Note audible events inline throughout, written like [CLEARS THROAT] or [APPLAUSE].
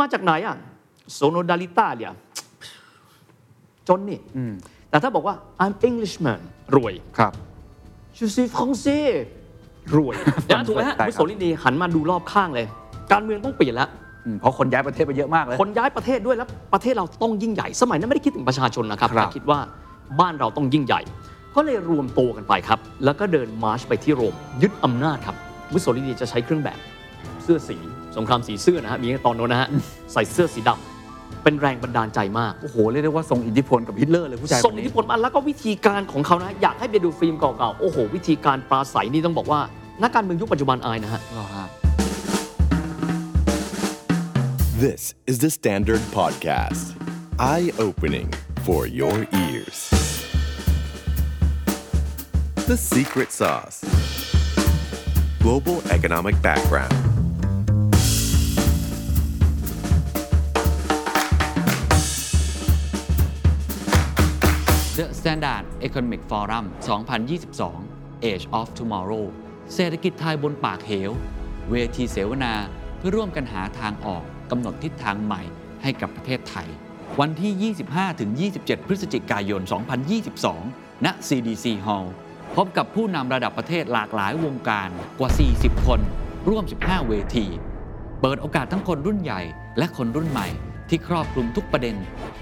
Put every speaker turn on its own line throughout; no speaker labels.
มาจากไหนอ่ะโซโนดาลิต้าเนี่ยจนนี่
อืม
แต่ถ้าบอกว่า I'm Englishman รวย
ครับ
ชูซีฟองเซ่ร [LAUGHS] วยนะถูกไหมฮะ
ใช่ครับ
มุสโสลินีหันมาดูรอบข้างเลย การเมืองต้องเปลี่ยนแล้ว
อืมเพราะคนย้ายประเทศไปเยอะมากเลย
คนย้ายประเทศด้วยแล้วประเทศเราต้องยิ่งใหญ่ สมัยนั้นไม่ได้คิดถึงประชาชนนะครับ
ครับ
แต่คิดว่าบ้านเราต้องยิ่งใหญ่ ก็เลยรวมตัวกันไปครับ แล้วก็เดินมาร์ชไปที่โรม ยึดอำนาจครับ มุสโสลินีจะใช้เครื่องแบบ เสื้อสี สงครามสีเสื้อนะฮะมีตอนโน้นนะฮะใส่เสื้อสีดำเป็นแรงบันดาลใจมาก
โอ้โหเรียกได้ว่าทรงอิทธิพลกับฮิตเลอร์เลยผู้ชายค
ส่ง
น
อิท
นี้
ธิพลมาแล้วก็วิธีการของเขานะ อยากให้ไปดูฟิล์มเก่าๆ โอ้โห วิธีการปราศัยนี่ต้องบอกว่า นักการเมืองยุคปัจจุบันอายนะฮะ
เหรอฮะ
This is the Standard Podcast. Eye opening for your ears. The Secret Sauce Global Economic Background.
The Standard Economic Forum 2022 Age of Tomorrow เศรษฐกิจไทยบนปากเหว เวทีเสวนาเพื่อร่วมกันหาทางออกกำหนดทิศทางใหม่ให้กับประเทศไทย วันที่ 25-27 พฤศจิกายน 2022 ณ CDC Hall พบกับผู้นำระดับประเทศหลากหลายวงการกว่า 40 คน ร่วม 15 เวที เปิดโอกาสทั้งคนรุ่นใหญ่และคนรุ่นใหม่ที่ครอบคลุมทุกประเด็น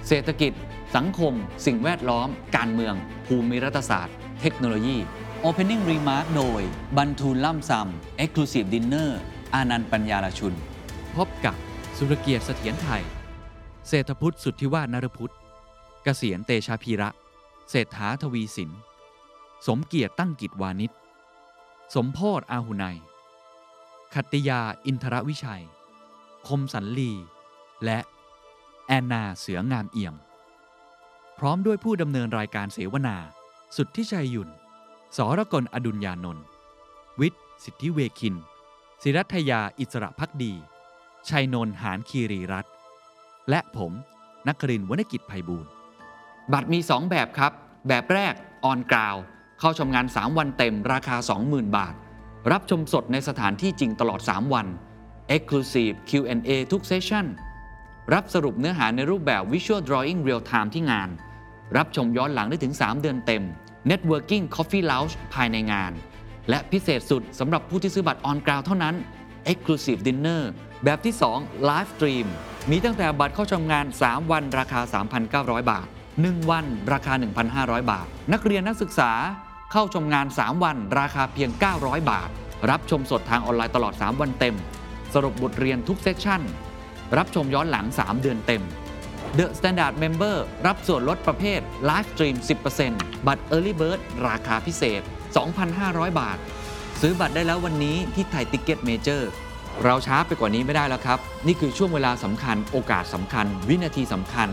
เศรษฐกิจ สังคม สิ่งแวดล้อม การเมือง ภูมิรัฐศาสตร์ เทคโนโลยี Opening Remark โดย บันทูลล่ำซำ Exclusive Dinner อานันต์ปัญญาลชุน พบกับสุรเกียรติเสถียรไทย เศรษฐพุทธสุทธิวาฒนรพุทธเกษียณเตชาพีระ เศรษฐาทวีสิน สมเกียรติตั้งกิจวานิชสมโพธอาหุไนย ขัตติยาอินทรวิชัย คมสันลี และแอนนาเสืองามเอี่ยม พร้อมด้วยผู้ดำเนินรายการเสวนา สุทธิชัยยุนสรกลอดุญญานนท์วิทย์ สิทธิเวคิน ศิรัทยาอิสระพักดี ชัยนนท์หานคีรีรัตน์และผมนักรินทร์วณกิจไพบูลย์ บัตรมี 2 แบบครับ แบบแรกออนกราว เข้าชมงาน 3 วันเต็มราคา 20,000 บาท รับชมสดในสถานที่จริงตลอด 3 วัน Exclusive Q&A ทุกเซสชั่น รับสรุปเนื้อหาในรูปแบบ Visual Drawing Real Time ที่งาน รับชมย้อนหลังได้ถึง 3 เดือนเต็ม Networking Coffee Lounge ภายในงาน และพิเศษสุดสำหรับผู้ที่ซื้อบัตรออนกราวเท่านั้น Exclusive Dinner แบบที่ 2 Live Stream มีตั้งแต่บัตรเข้าชมงาน 3 วันราคา 3,900 บาท 1 วันราคา 1,500 บาท นักเรียนนักศึกษาเข้าชมงาน 3 วันราคาเพียง 900 บาท รับชมสดทางออนไลน์ตลอด 3 วันเต็ม สรุปบทเรียนทุกเซสชั่น รับชมย้อนหลัง 3 เดือนเต็ม The Standard Member รับส่วนลดประเภท Live Stream 10%บัตร Early Bird ราคาพิเศษ 2,500 บาท ซื้อบัตรได้แล้ววันนี้ที่ไทยติกเก็ตเมเจอร์เราช้าไปกว่านี้ไม่ได้แล้วครับ นี่คือช่วงเวลาสำคัญ โอกาสสำคัญ วินาทีสำคัญ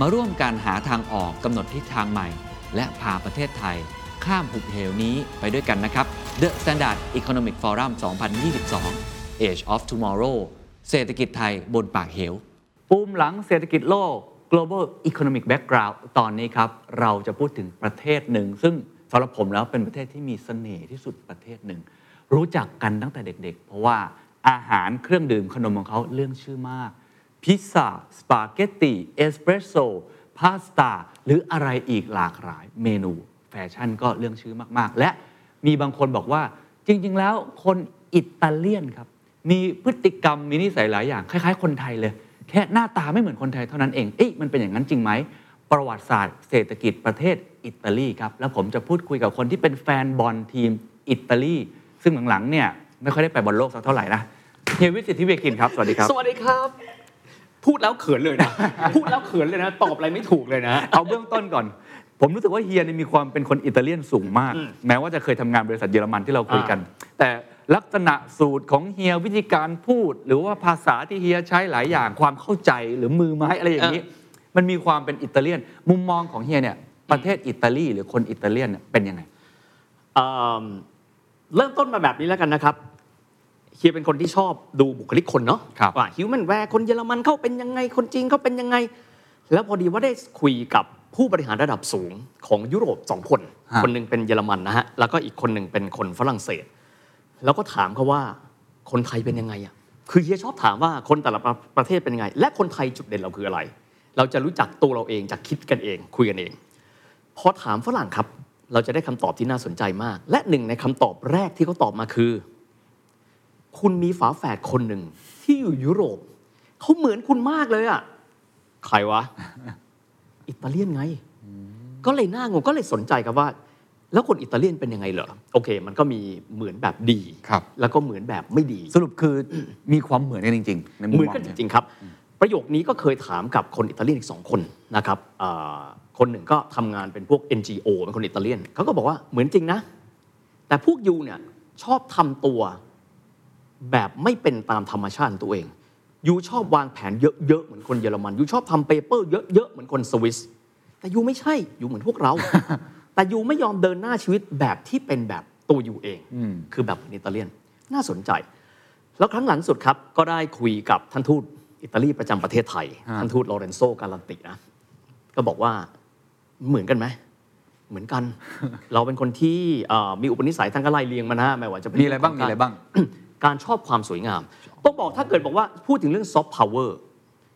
มาร่วมกันหาทางออกกำหนดทิศทางใหม่ และพาประเทศไทย ข้ามหุบเหวนี้ไปด้วยกันนะครับ The Standard Economic Forum 2022 Age of Tomorrow เศรษฐกิจไทยบนปากเหว ปูมหลังเศรษฐกิจโลก global economic background ตอนนี้ครับ เราจะพูดถึงประเทศหนึ่ง ซึ่งสำหรับผมแล้วเป็นประเทศที่มีเสน่ห์ที่สุดประเทศหนึ่ง รู้จักกันตั้งแต่เด็กๆ เพราะว่าอาหารเครื่องดื่มขนมของเขาเรื่องชื่อมาก พิซซ่า สปาเกตตีเอสเปรสโซ่พาสต้าหรืออะไรอีกหลากหลายเมนู แฟชั่นก็เรื่องชื่อมากๆ และมีบางคนบอกว่าจริงๆ แล้วคนอิตาเลียนครับ มีพฤติกรรมมีนิสัยหลายอย่าง คล้าย ๆ คนไทยเลย แค่หน้าตาไม่เหมือนคนไทยเท่านั้นเอง เอ๊ะมันเป็นอย่างนั้นจริงไหม ประวัติศาสตร์เศรษฐกิจประเทศอิตาลีครับ แล้วผมจะพูดคุยกับคนที่เป็นแฟนบอลทีมอิตาลี ซึ่งหลังๆเนี่ยไม่ค่อยได้ไปบอลโลกสักเท่าไหร่นะเฮยวิทย์สิทธิเวกินครับ สวัสดีครับ
สวัสดีครับ พูดแล้วเขินเลยนะ พูดแล้วเขินเลยนะ ตอบอะไรไม่ถูกเลยนะ
เอาเบื้องต้นก่อน ผมรู้สึกว่าเฮียเนี่ยมีความเป็นคนอิตาเลียนสูงมาก แม้ว่าจะเคยทำงานบริษัทเยอรมันที่เราคุยกัน แต่ลักษณะสูตรของเฮียวิธีการพูด หรือว่าภาษาที่เฮียใช้หลายอย่างความเข้าใจหรือมือไม้อะไรอย่างนี้ มันมีความเป็นอิตาเลียน มุมมองของเฮียเนี่ยประเทศอิตาลีหรือคนอิตาเลียนเนี่ยเป็นยังไง
เอิ่มเริ่มต้นมาแบบนี้แล้วกันนะครับเฮียเป็นคนที่ชอบดูบุคลิกคนเนาะ
ครับ
ว่าฮิวแมนแวร์คนเยอรมันเขาเป็นยังไงคนจีนเขาเป็นยังไง แล้วพอดีว่าได้คุยกับผู้บริหารระดับสูงของยุโรปสองคน
ฮะ
คนหนึ่งเป็นเยอรมันนะฮะแล้วก็อีกคนหนึ่งเป็นคนฝรั่งเศส แล้วก็ถามเขาว่าคนไทยเป็นยังไงอะ คือเฮียชอบถามว่าคนแต่ละประประเทศเป็นยังไง และคนไทยจุดเด่นเราคืออะไร เราจะรู้จักตัวเราเองจากคิดกันเอง คุยกันเอง พอถามฝรั่งครับ เราจะได้คำตอบที่น่าสนใจมาก และหนึ่งในคำตอบแรกที่เขาตอบมาคือ คุณมีฝาแฝดคนหนึ่งที่อยู่ยุโรปเขาเหมือนคุณมากเลยอะ่ะใครว [LAUGHS] ะ อิตาเลียนไง ก็เลยน่างงก็เลยสนใจครับว่า แล้วคนอิตาเลียนเป็นยังไงเหรอโอเค มันก็มีเหมือนแบบดี
ครับ
แล้วก็เหมือนแบบไม่ดี
สรุปคือมีความเหมือนกันจริง ๆ ในมุม
เหมือน
มอง
กันจ
เนี่ย
ริงๆครับ ประโยคนี้ก็เคยถามกับคนอิตาเลียนอีกสองคนนะครับอ่าคนหนึ่งก็ทำงานเป็นพวก NGO เป็นคนอิตาเลียนเขาก็บอกว่าเหมือนจริงนะ แต่พวกยูเนี่ยชอบทำตัวแบบไม่เป็นตามธรรมชาติของตัวเองยูชอบวางแผนเยอะๆเหมือนคนเยอรมันยูชอบทำเปเปอร์เยอะๆเหมือนคนสวิสแต่ยูไม่ใช่ยูเหมือนพวกเรา แต่ยูไม่ยอมเดินหน้าชีวิตแบบที่เป็นแบบตัวยูเอง คือแบบคนอิตาเลียนน่าสนใจ แล้วครั้งหลังสุดครับ ก็ได้คุยกับท่านทูตอิตาลีประจำประเทศไทย ท่านทูตลอเรนโซกาลันตินะ ก็บอกว่าเหมือนกันไหม เหมือน
[LAUGHS]
กัน เราเป็นคนที่เอ่อมีอุปนิสัยทางกะไลเลียงมานะฮะไม่ว่าจะเป็น
มีอะไรบ้างมี
เขก
อะไรบ้าง
การชอบความสวยงาม ต้องบอกถ้าเกิดบอกว่าพูดถึงเรื่องซอฟต์พาวเวอร์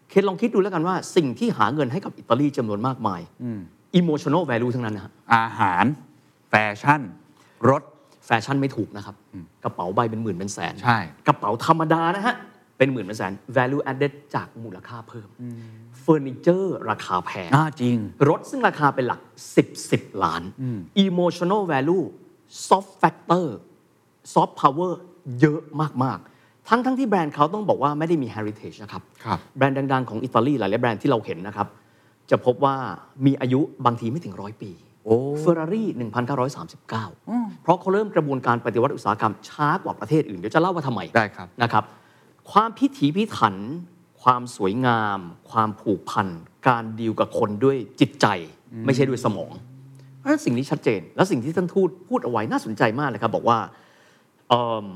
เคสลองคิดดูแล้วกันว่า สิ่งที่หาเงินให้กับอิตาลีจำนวนมากมายอิโมชันอลแวลูทั้งนั้นนะฮะ
อาหาร แฟชั่น รถ
แฟชั่นไม่ถูกนะครับ กระเป๋าใบเป็นหมื่นเป็นแสน
ใช่
กระเป๋าธรรมดานะฮะ เป็นหมื่นเป็นแสน value added จากมูลค่าเพิ่มเฟอร์นิเจอร์ราคาแพง
อ่าจริง
รถซึ่งราคาเป็นหลัก 10 10 ล้าน emotional value soft factor soft power เยอะมาก ๆ ทั้งทั้งที่แบรนด์เขาต้องบอกว่าไม่ได้มี heritage นะครับ
ครับ
แบรนด์ดัง ๆ ของอิตาลีหลายๆแบรนด์ที่เราเห็นนะครับ จะพบว่ามีอายุบางทีไม่ถึงร้อยปี
โอ้
เฟอร์รารี่1939 เพราะเขาเริ่มกระบวนการปฏิวัติอุตสาหกรรมช้ากว่าประเทศอื่น เดี๋ยวจะเล่าว่าทำไม
ได้ครับ
นะครับความพิถีพิถัน ความสวยงาม ความผูกพัน การดีลกับคนด้วยจิตใจ ไม่ใช่ด้วยสมอง เพราะฉะนั้นสิ่งนี้ชัดเจน และสิ่งที่ท่านทูตพูดเอาไว้น่าสนใจมากเลยครับ บอกว่าเอิ่ม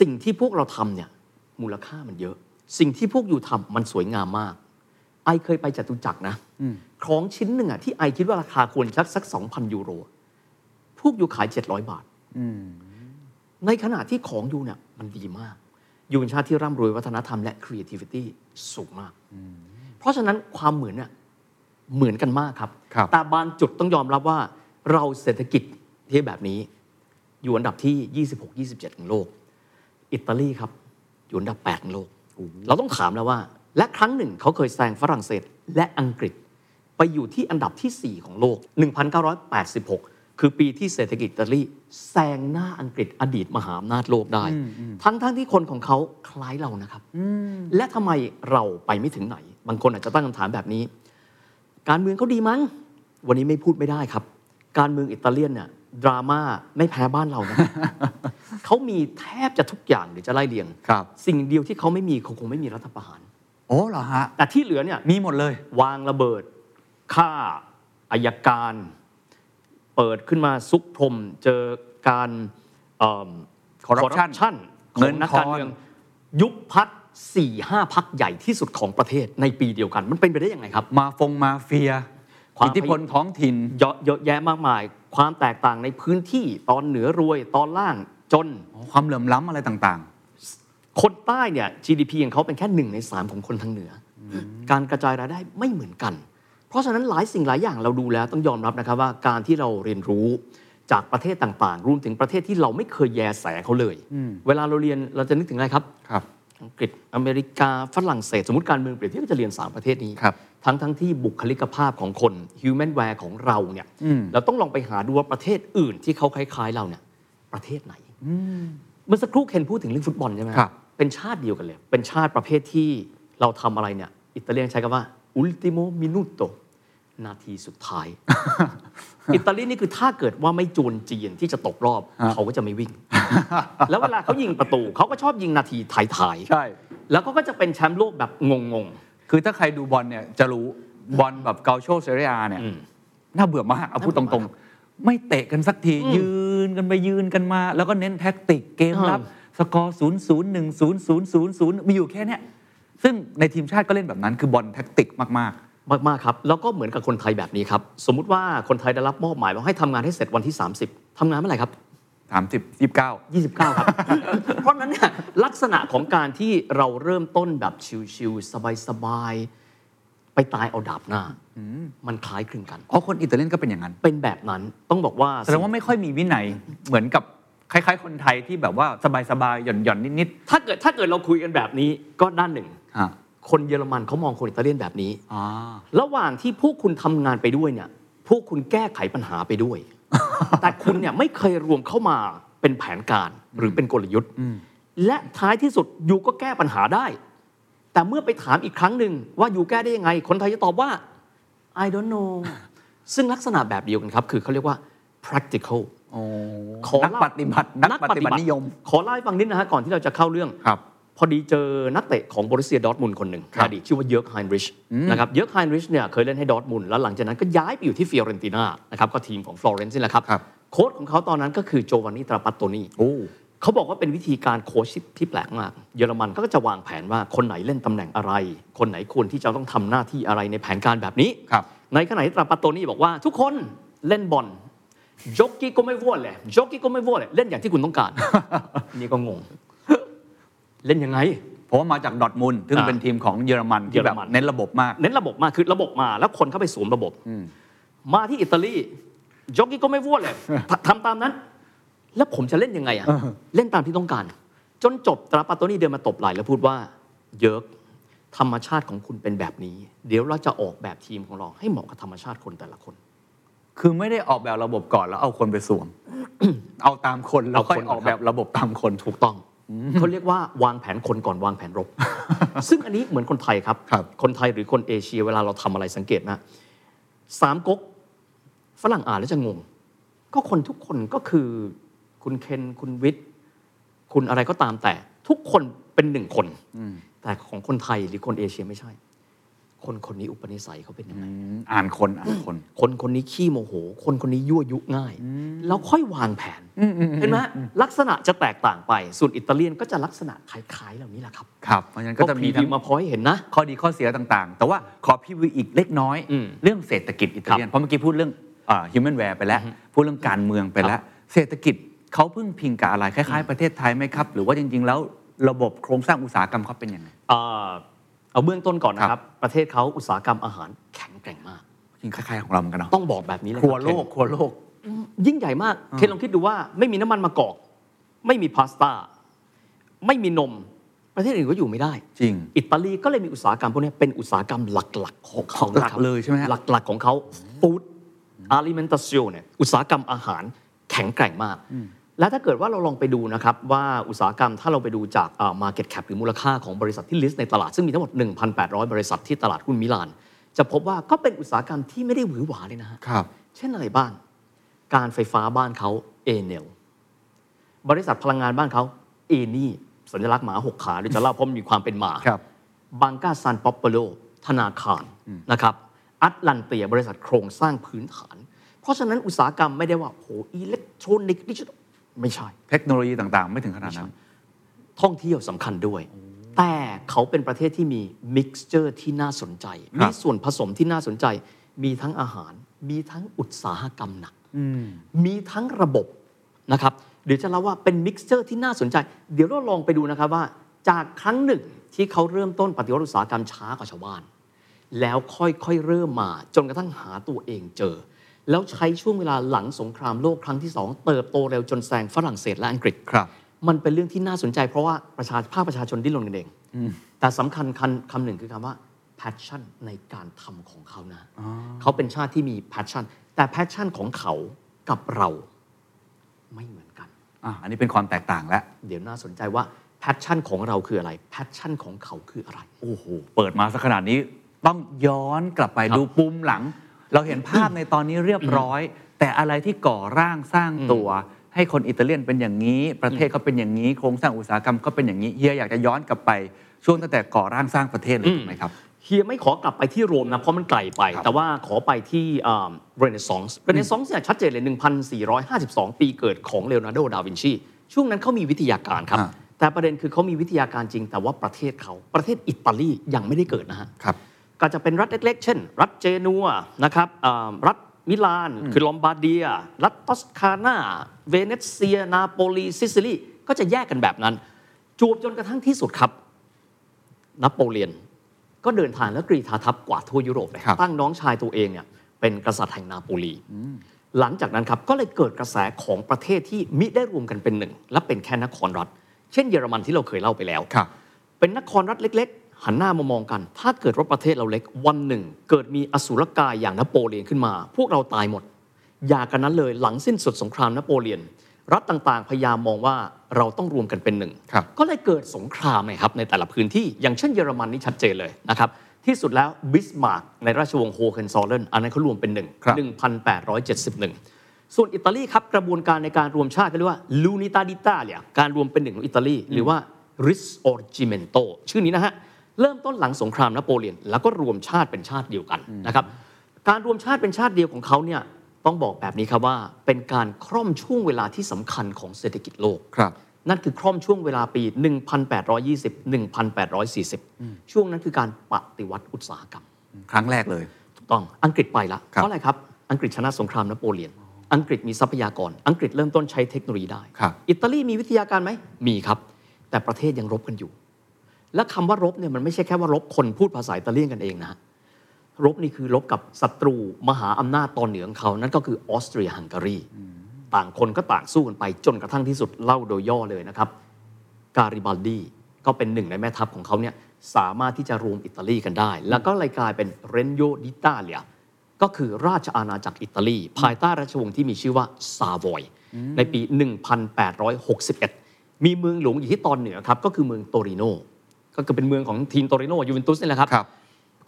สิ่งที่พวกเราทำเนี่ยมูลค่ามันเยอะ สิ่งที่พวกอยู่ทำมันสวยงามมาก ไอเคยไปจตุจักรนะของชิ้นหนึ่งอะที่ไอคิดว่าราคาควรสักสักสองพันยูโร พวกอยู่ขาย 700 บาท ในขณะที่ของยูเนี่ยมันดีมาก ยูเป็นชาติที่ร่ำรวยวัฒนธรรมและ creativity สูงมาก เพราะฉะนั้นความเหมือนเนี่ยเหมือนกันมากครับ
ครับ
แต่บางจุดต้องยอมรับว่าเราเศรษฐกิจที่แบบนี้ อยู่อันดับที่ 26-27 ของโลก อิตาลีครับ อยู่อันดับ8ของโลก เราต้องถามแล้วว่า และครั้งหนึ่งเขาเคยแซงฝรั่งเศสและอังกฤษ ไปอยู่ที่อันดับทีสี่ 4 ของโลก 1986 คือปีที่เศรษฐกิจอิตาลีแซงหน้าอังกฤษอดีตมหาอำนาจโลกได้ ทั้งๆทที่คนของเขาคล้ายเรานะครับ และทำไมเราไปไม่ถึงไหน บางคนอาจจะตั้งคำถามแบบนี้ การเมืองเขาดีมั้ง วันนี้ไม่พูดไม่ได้ครับ การเมืองอิตาเลียนเนี่ยดราม่าไม่แพ้บ้านเรา [LAUGHS] นะ เขามีแทบจะทุกอย่างเดี๋ยวจะไล่เรียง
ครับ
สิ่งเดียวที่เขาไม่มีเขาคงไม่มีรัฐประหาร
โอ้เหรอฮะ
แต่ที่เหลือเนี่ย
มีหมดเลย
วางระเบิดฆ่าอายการ เปิดขึ้นมาซุกพรมเจอการเอิ่ม
Corruption
corruption ข
เงิ
อง
น
นักการเมือง
ทอ
ยุบพักสี่ห้าพักใหญ่ที่สุดของประเทศในปีเดียวกัน มันเป็นไปได้ยังไงครับ
มาฟงมาเฟีย
ความ
อิทธิพลท้องถิ่น
เยอะเยอะแยะมากมาย ความแตกต่างในพื้นที่ตอนเหนือรวยตอนล่างจน
ความเหลื่อมล้ำอะไรต่าง
คนใต้เนี่ย GDP ของเขาเป็นแค่หนึ่งในสามของคนทางเหนืออการกระจายรายได้ไม่เหมือนกัน เพราะฉะนั้นหลายสิ่งหลายอย่างเราดูแล้วต้องยอมรับนะครับว่าการที่เราเรียนรู้จากประเทศต่างๆ รวมถึงประเทศที่เราไม่เคยแยแสเขาเลย เวลาเราเรียนเราจะนึกถึงอะไรครับ
ๆ ครับ
อังกฤษอเมริกาฝรั่งเศส สมมติการเมืองเปรียบเทียบก็จะเรียน 3 ประเทศนี้
ครับ
ทั้งทั้งที่บุคลิกภาพของคน human w a r e ของเราเนี่ยเราต้องลองไปหาดูว่าประเทศอื่นที่เขาคล้ายๆเราเนี่ยประเทศไหนเมื่อสักครู่เคนพูดถึงเรื่องฟุตบอลใช่ไหม
ครับ
เป็นชาติเดียวกันเลย เป็นชาติประเภทที่เราทำอะไรเนี่ย อิตาเลียนใช้คำว่า ultimo minuto นาทีสุด
[LAUGHS]
ท้าย อิตาลีนี่คือถ้าเกิดว่าไม่จวนเจียนที่จะตกรอบเขาก็จะไม่
[LAUGHS]
วิ่ง แล้วเวลาเขายิงประตูเขาก็ชอบยิงนาทีถ่ายๆ
ใช่
แล้วก็ก็จะเป็นแชมป์โลกแบบงง
คือถ้าใครดูบอลเนี่ยจะรู้บอลแบบเกาโชเซเรียเนี่ย น่าเบื่อมากเอาพูดตรงๆ ไม่เตะกันสักที ยืนกันไปยืนกันมา แล้วก็เน้นแท็กติกเกมรับ
อืม
สกอร์ 0 0 1 0 0 0 0 มีอยู่แค่เนี้ยซึ่งในทีมชาติก็เล่นแบบนั้นคือบอลแท็กติกมาก
ๆ มากๆครับ แล้วก็เหมือนกับคนไทยแบบนี้ครับ สมมุติว่าคนไทยได้รับมอบหมายว่าให้ทำงานให้เสร็จวันที่ 30ทำงานเมื่อไหร่ครับ
ๆ สามสิบยี่สิบเก้า
29 ครับ [LAUGHS] เพราะฉะนั้นเนี่ยลักษณะของการที่เราเริ่มต้นแบบชิวๆสบายๆ ไปตายเอาดาบหน้า มันคล้ายคลึงกัน
อ๋อคนอิตาเลียนก็เป็นอย่างนั้น
เป็นแบบนั้นต้องบอกว่า
แสดงว่าไม่ค่อยมีวินัยเหมือนกับคล้ายๆ คนไทยที่แบบว่าสบายๆหย่อนๆนิด
ถ้าเกิดถ้าเกิดเราคุยกันแบบนี้ก็ด้านหนึ่ง
ๆอ่า
คนเยอรมันเขามองคนอิตาเลียนแบบนี้
อ่า
ระหว่างที่พวกคุณทำงานไปด้วยเนี่ย พวกคุณแก้ไขปัญหาไปด้วย
[LAUGHS]
แต่คุณเนี่ยไม่เคยรวมเข้ามาเป็นแผนการหรือเป็นกลยุทธ์ และท้ายที่สุดยูก็แก้ปัญหาได้ แต่เมื่อไปถามอีกครั้งหนึ่งว่ายูแก้ได้ยังไง คนไทยจะตอบว่า I don't
[LAUGHS]
know ซึ่งลักษณะแบบเดียวกันครับ คือเขาเรียกว่า practical
โอ้
ขอ
นัก
เล่า
ปฏิบัตินักปฏิบัตินิยม
ขอเล่าให้ฟังนิดนะฮะก่อนที่เราจะเข้าเรื่อง
ครับ
พอดีเจอนักเตะของบริเซียดอร์ทมุนด์คนหนึ่ง
ครับ
อดีตชื่อว่าเยอร์กไฮนริชนะครับเยอร์กไฮนริชเนี่ยเคยเล่นให้ดอร์ทมุนด์แล้วหลังจากนั้นก็ย้ายไปอยู่ที่ฟิโอเรนติน่านะครับก็ทีมของฟลอเรนซ์นี่แหละครับ
ครับ
โค้ชของเขาตอนนั้นก็คือโจวานนี่ตราปัตโตนี
โอ้
เขาบอกว่าเป็นวิธีการโค้ชที่แปลกมาก เยอรมันก็จะวางแผนว่าคนไหนเล่นตำแหน่งอะไร คนไหนควรที่จะต้องทำหน้าที่อะไรในแผนการแบบนี้
ครับ
ในขณะที่ตราปัตโตนี่บอกว่าทุกคนเล่นบอลจ็อกกี้ก็ไม่ว่นเลยจ็อกกี้ก็ไม่ว่นเลยเล่นอย่างที่คุณต้อง
[LAUGHS]
การ นี่ก็งง เล่นยังไง
เพราะว่ามาจากดอร์ทมุนด์ซึ่ง
อ่า
เป็นทีมของเยอรมันที่แบบ
เยอรมัน
เน้นระบบมาก
เน้นระบบมากคือระบบมาแล้วคนเข้าไปสวมระบบ มาที่อิตาลีจ็อกกี้ก็ไม่ว่น [LAUGHS] เลยทำทำตามนั้น แล้วผมจะเล่นยังไงอะเล่นตามที่ต้องการ จนจบตราปาโตนี่เดินมาตบไหล่แล้วพูดว่า เยิร์กธรรมชาติของคุณเป็นแบบนี้ เดี๋ยวเราจะออกแบบทีมของเราให้เหมาะกับธรรมชาติคนแต่ละคน
คือไม่ได้ออกแบบระบบก่อนแล้วเอาคนไปส [CLEARS THROAT] วม เอาตามคนแล้วค่อยออกแบบระบบตามคนถู
ถู
ก
กต้องเขาเรียกว่าวางแผนคนก่อนวางแผนรบ ซึ่งอันนี้เหมือนคนไทยครับ
ครับ
คนไทยหรือคนเอเชียเวลาเราทำอะไรสังเกตนะสามก๊กฝรั่งอ่านแล้วจะงง ก็คนทุกคนก็คือคุณเคนคุณวิทย์ คุณอะไรก็ตามแต่ ทุกคนเป็นหนึ่งคน แต่ของคนไทยหรือคนเอเชียไม่ใช่ คนคนนี้อุปนิสัยเขาเป็นยังไง
อืมอ่านคนอ่านคน
คนคนนี้ขี้โมโห คนคนนี้ยั่วยุง่าย แล้วค่อยวางแผน เห็นไหมลักษณะจะแตกต่างไป ส่วนอิตาเลียนก็จะลักษณะคล้ายๆเหล่านี้แหละครับ
ครับ เพราะฉะนั้นก็จะมี
พรี
ทั้
วิ
ง
วมาพอให้เห็นนะ
ข้อดีข้อเสียต่างๆ แต่ว่าขอพี่วิวอีกเล็กน้อย
อืม
เรื่องเศรษฐกิจอิตาเลียน เพราะเมื่อกี้พูดเรื่องฮิวแมนแวร์ไปแล้ว พูดเรื่องการเมืองไปแล้ว เศรษฐกิจเขาพึ่งพิงกับอะไร คล้ายๆ ประเทศไทยไหมครับ หรือว่าจริง ๆ แล้วระบบโครงสร้างอุตสาหกรรมเขาเป็นยังไง
อ่าเอาเบื้องต้นก่อนนะค
ครั
รับ
บ
ประเทศเขาอุตสาหกรรมอาหารแข็งแกร่งมาก
จริงๆคล้ายๆของเราเหมือนกันเนาะ
ต้องบอกแบบนี้เลย
ค
บ
รัวโลก
เ
ครัวโลก
คนยิ่งใหญ่มาก เคนลองคิดดูว่าไม่มีน้ำมันมะกอก ไม่มีพาสต้า ไม่มีนม ประเทศอื่นก็อยู่ไม่ได้
จริง
อิตาลีก็เลยมีอุตสาหกรรมพวกนี้เป็นอุตสาหกรรมหลักๆ ของเขานะ
หลัก
ครับ
เลยใช่ไหมฮะ
หลักๆของเขาฟู้ดอาลิเมนต i ซิเนี่ยอุตสาหกรรมอาหารแข็งแกร่งมาก และถ้าเกิดว่าเราลองไปดูนะครับ ว่าอุตสาหกรรมถ้าเราไปดูจากอ่า market cap หรือมูลค่าของบริษัทที่ลิสต์ในตลาด ซึ่งมีทั้งหมด 1,800 บริษัทที่ตลาดหุ้นมิลาน จะพบว่าก็เป็นอุตสาหกรรมที่ไม่ได้หวือหวาเลยนะฮะ
ครับ
เช่นอะไรบ้าง การไฟฟ้าบ้านเขาเอเนลบริษัทพลังงานบ้านเขาเอนี่สัญลักษณ์หมาหกขาเดี๋ยวจะเล่าเพราะมันมีความเป็นหมา
ครับ
บังกาซันป๊อปเปโลธนาคารนะครับอัตลันเตียบริษัทโครงสร้างพื้นฐาน เพราะฉะนั้นอุตสาหกรรมไม่ได้ว่าโหอิเล็กทรอนิกส์ดิจิทัลไม่ใช่
เทคโนโลยีต่างๆ ไม่ถึงขนาดนั้น
ท่องเที่ยวสำคัญด้วย แต่เขาเป็นประเทศที่มีมิกซ์เจอร์ที่น่าสนใจ
ครั
มี
บ
ส่วนผสมที่น่าสนใจ มีทั้งอาหาร มีทั้งอุตสาหกรรมหนัก มีทั้งระบบนะครับ เดี๋ยวจะเล่าว่าเป็นมิกซ์เจอร์ที่น่าสนใจ เดี๋ยวเราลองไปดูนะครับว่า จากครั้งหนึ่งที่เขาเริ่มต้นปฏิวัติอุตสาหกรรมช้ากว่าชาวบ้าน แล้วค่อยๆ เริ่มมาจนกระทั่งหาตัวเองเจอ แล้วใช้ช่วงเวลาหลังสงครามโลกครั้งที่สองเติบโตเร็วจนแซงฝรั่งเศสและอังกฤษ
ครับ
มันเป็นเรื่องที่น่าสนใจเพราะว่าประชาภาคประชาชนดิ้นรนกันเอง แต่สำคัญคำคำหนึ่งคือคำว่า passion ในการทำของเขานะ เขาเป็นชาติที่มี passion แต่ passion ของเขากับเราไม่เหมือนกัน
อ่ะอันนี้เป็นความแตกต่างแล้ว
เดี๋ยวน่าสนใจว่า passion ของเราคืออะไร passion ของเขาคืออะไร
โอ้โห เปิดมาสักขนาดนี้ต้องย้อนกลับไป
ครับ
ดูปุ่มหลัง เราเห็นภาพในตอนนี้เรียบร้อย แต่อะไรที่ก่อร่างสร้างตัว ให้คนอิตาเลียนเป็นอย่างนี้ ประเทศเขาเป็นอย่างนี้ โครงสร้างอุตสาหกรรมเขาเป็นอย่างนี้เฮียอยากจะย้อนกลับไปช่วงตั้งแต่ก่อร่างสร้างประเทศเลย
อืม
ถูกไหมครับ
เฮียไม่ขอกลับไปที่โรมนะเพราะมันไกลไป
ครับ
แต่ว่าขอไปที่เรเนซองส์เรเนซองส์เนี่ยชัดเจนเลย 1452 ปีเกิดของเลโอนาร์โด ดาวินชี ช่วงนั้นเขามีวิทยาการครับ แต่ประเด็นคือเขามีวิทยาการจริง แต่ว่าประเทศเขาประเทศอิตาลียังไม่ได้เกิดนะฮะ
ครับ
ก็จะเป็นรัฐเล็กๆ เช่น รัฐเจนัวนะครับอ่ารัฐ มิลาน คือลอมบาร์เดีย รัฐตอสคานาเวเนเซีย นาโปลี ซิซิลี ก็จะแยกกันแบบนั้น จวบจนกระทั่งที่สุดครับ นโปเลียน ก็เดินทางและกรีธาทัพกว่าดทั่วยุโรปเลย
ครับ
ตั้งน้องชายตัวเองเนี่ยเป็นกษัตริย์แห่งนาโปลี หลังจากนั้นครับ ก็เลยเกิดกระแสของประเทศที่มิได้รวมกันเป็นหนึ่ง และเป็นแค่นครรัฐ เช่นเยอรมันที่เราเคยเล่าไปแล้ว
ครับ
เป็นนครรัฐเล็ก ๆ หันหน้ามามองกัน ถ้าเกิดว่าประเทศเราเล็กวันหนึ่ง เกิดมีอสุรกายอย่างนโปเลียนขึ้นมา พวกเราตายหมด อย่ากันนั้นเลยหลังสิ้นสุดสงครามนโปเลียน รัฐต่างๆ พยายามมองว่าเราต้องรวมกันเป็นหนึ่ง
ครับ
ก็เลยเกิดสงครามนะครับในแต่ละพื้นที่อย่างเช่นเยอรมันนี่ชัดเจนเลยนะครับ ที่สุดแล้วบิสมาร์กในราชวงศ์โฮเฮนซอลเลนอันนั้นเขารวมเป็นหนึ่ง
ครับ
1871 ส่วนอิตาลีครับกระบวนการในการรวมชาติก็เรียกว่าลูนิตาดิตาเลียการรวมเป็นหนึ่งของอิตาลี หรือว่า r i s o r g i m e n t o ชื่อนี้นะฮะ เริ่มต้นหลังสงครามนโปเลียน แล้วก็รวมชาติเป็นชาติเดียวกันนะครับการรวมชาติเป็นชาติเดียวของเขาเนี่ยต้องบอกแบบนี้ครับว่าเป็นการคร่อมช่วงเวลาที่สำคัญของเศรษฐกิจโลก
ครับ
นั่นคือคร่อมช่วงเวลาปี 1820 1840 ช่วงนั้นคือการปฏิวัติอุตสาหกรรม
ครั้งแรกเลย
ถูกต้อง อังกฤษไปละ
ครับ
เพราะอะไรครับ อังกฤษชนะสงครามนโปเลียน อังกฤษมีทรัพยากร อังกฤษเริ่มต้นใช้เทคโนโลยีได้
ครับ
อิตาลีมีวิทยาการไหม มีครับ แต่ประเทศยังรบกันอยู่ และคำว่ารบเนี่ยมันไม่ใช่แค่ว่ารบคนพูดภาษาอิตาเลียนกันเองนะฮะรบนี่คือรบกับศัตรูมหาอำนาจตอนเหนือของเขา นั่นก็คือออสเตรียฮังการี ต่างคนก็ต่างสู้กันไปจนกระทั่งที่สุดเล่าโดยย่อเลยนะครับ การิบัลดีก็เป็นหนึ่งในแม่ทัพของเขาเนี่ยสามารถที่จะรวมอิตาลีกันได้ แล้วก็เลยกลายเป็นเรนโยดิตาเลียก็คือราชอาณาจักรอิตาลี ภายใต้ราชวงศ์ที่มีชื่อว่าซาวอยในปี 1861 มีเมืองหลวงอยู่ที่ตอนเหนือครับ ก็คือเมืองโตริโน ก็คือเป็นเมืองของทีมโตริโนยูเวนตุสนี่แหละครับ
ครับ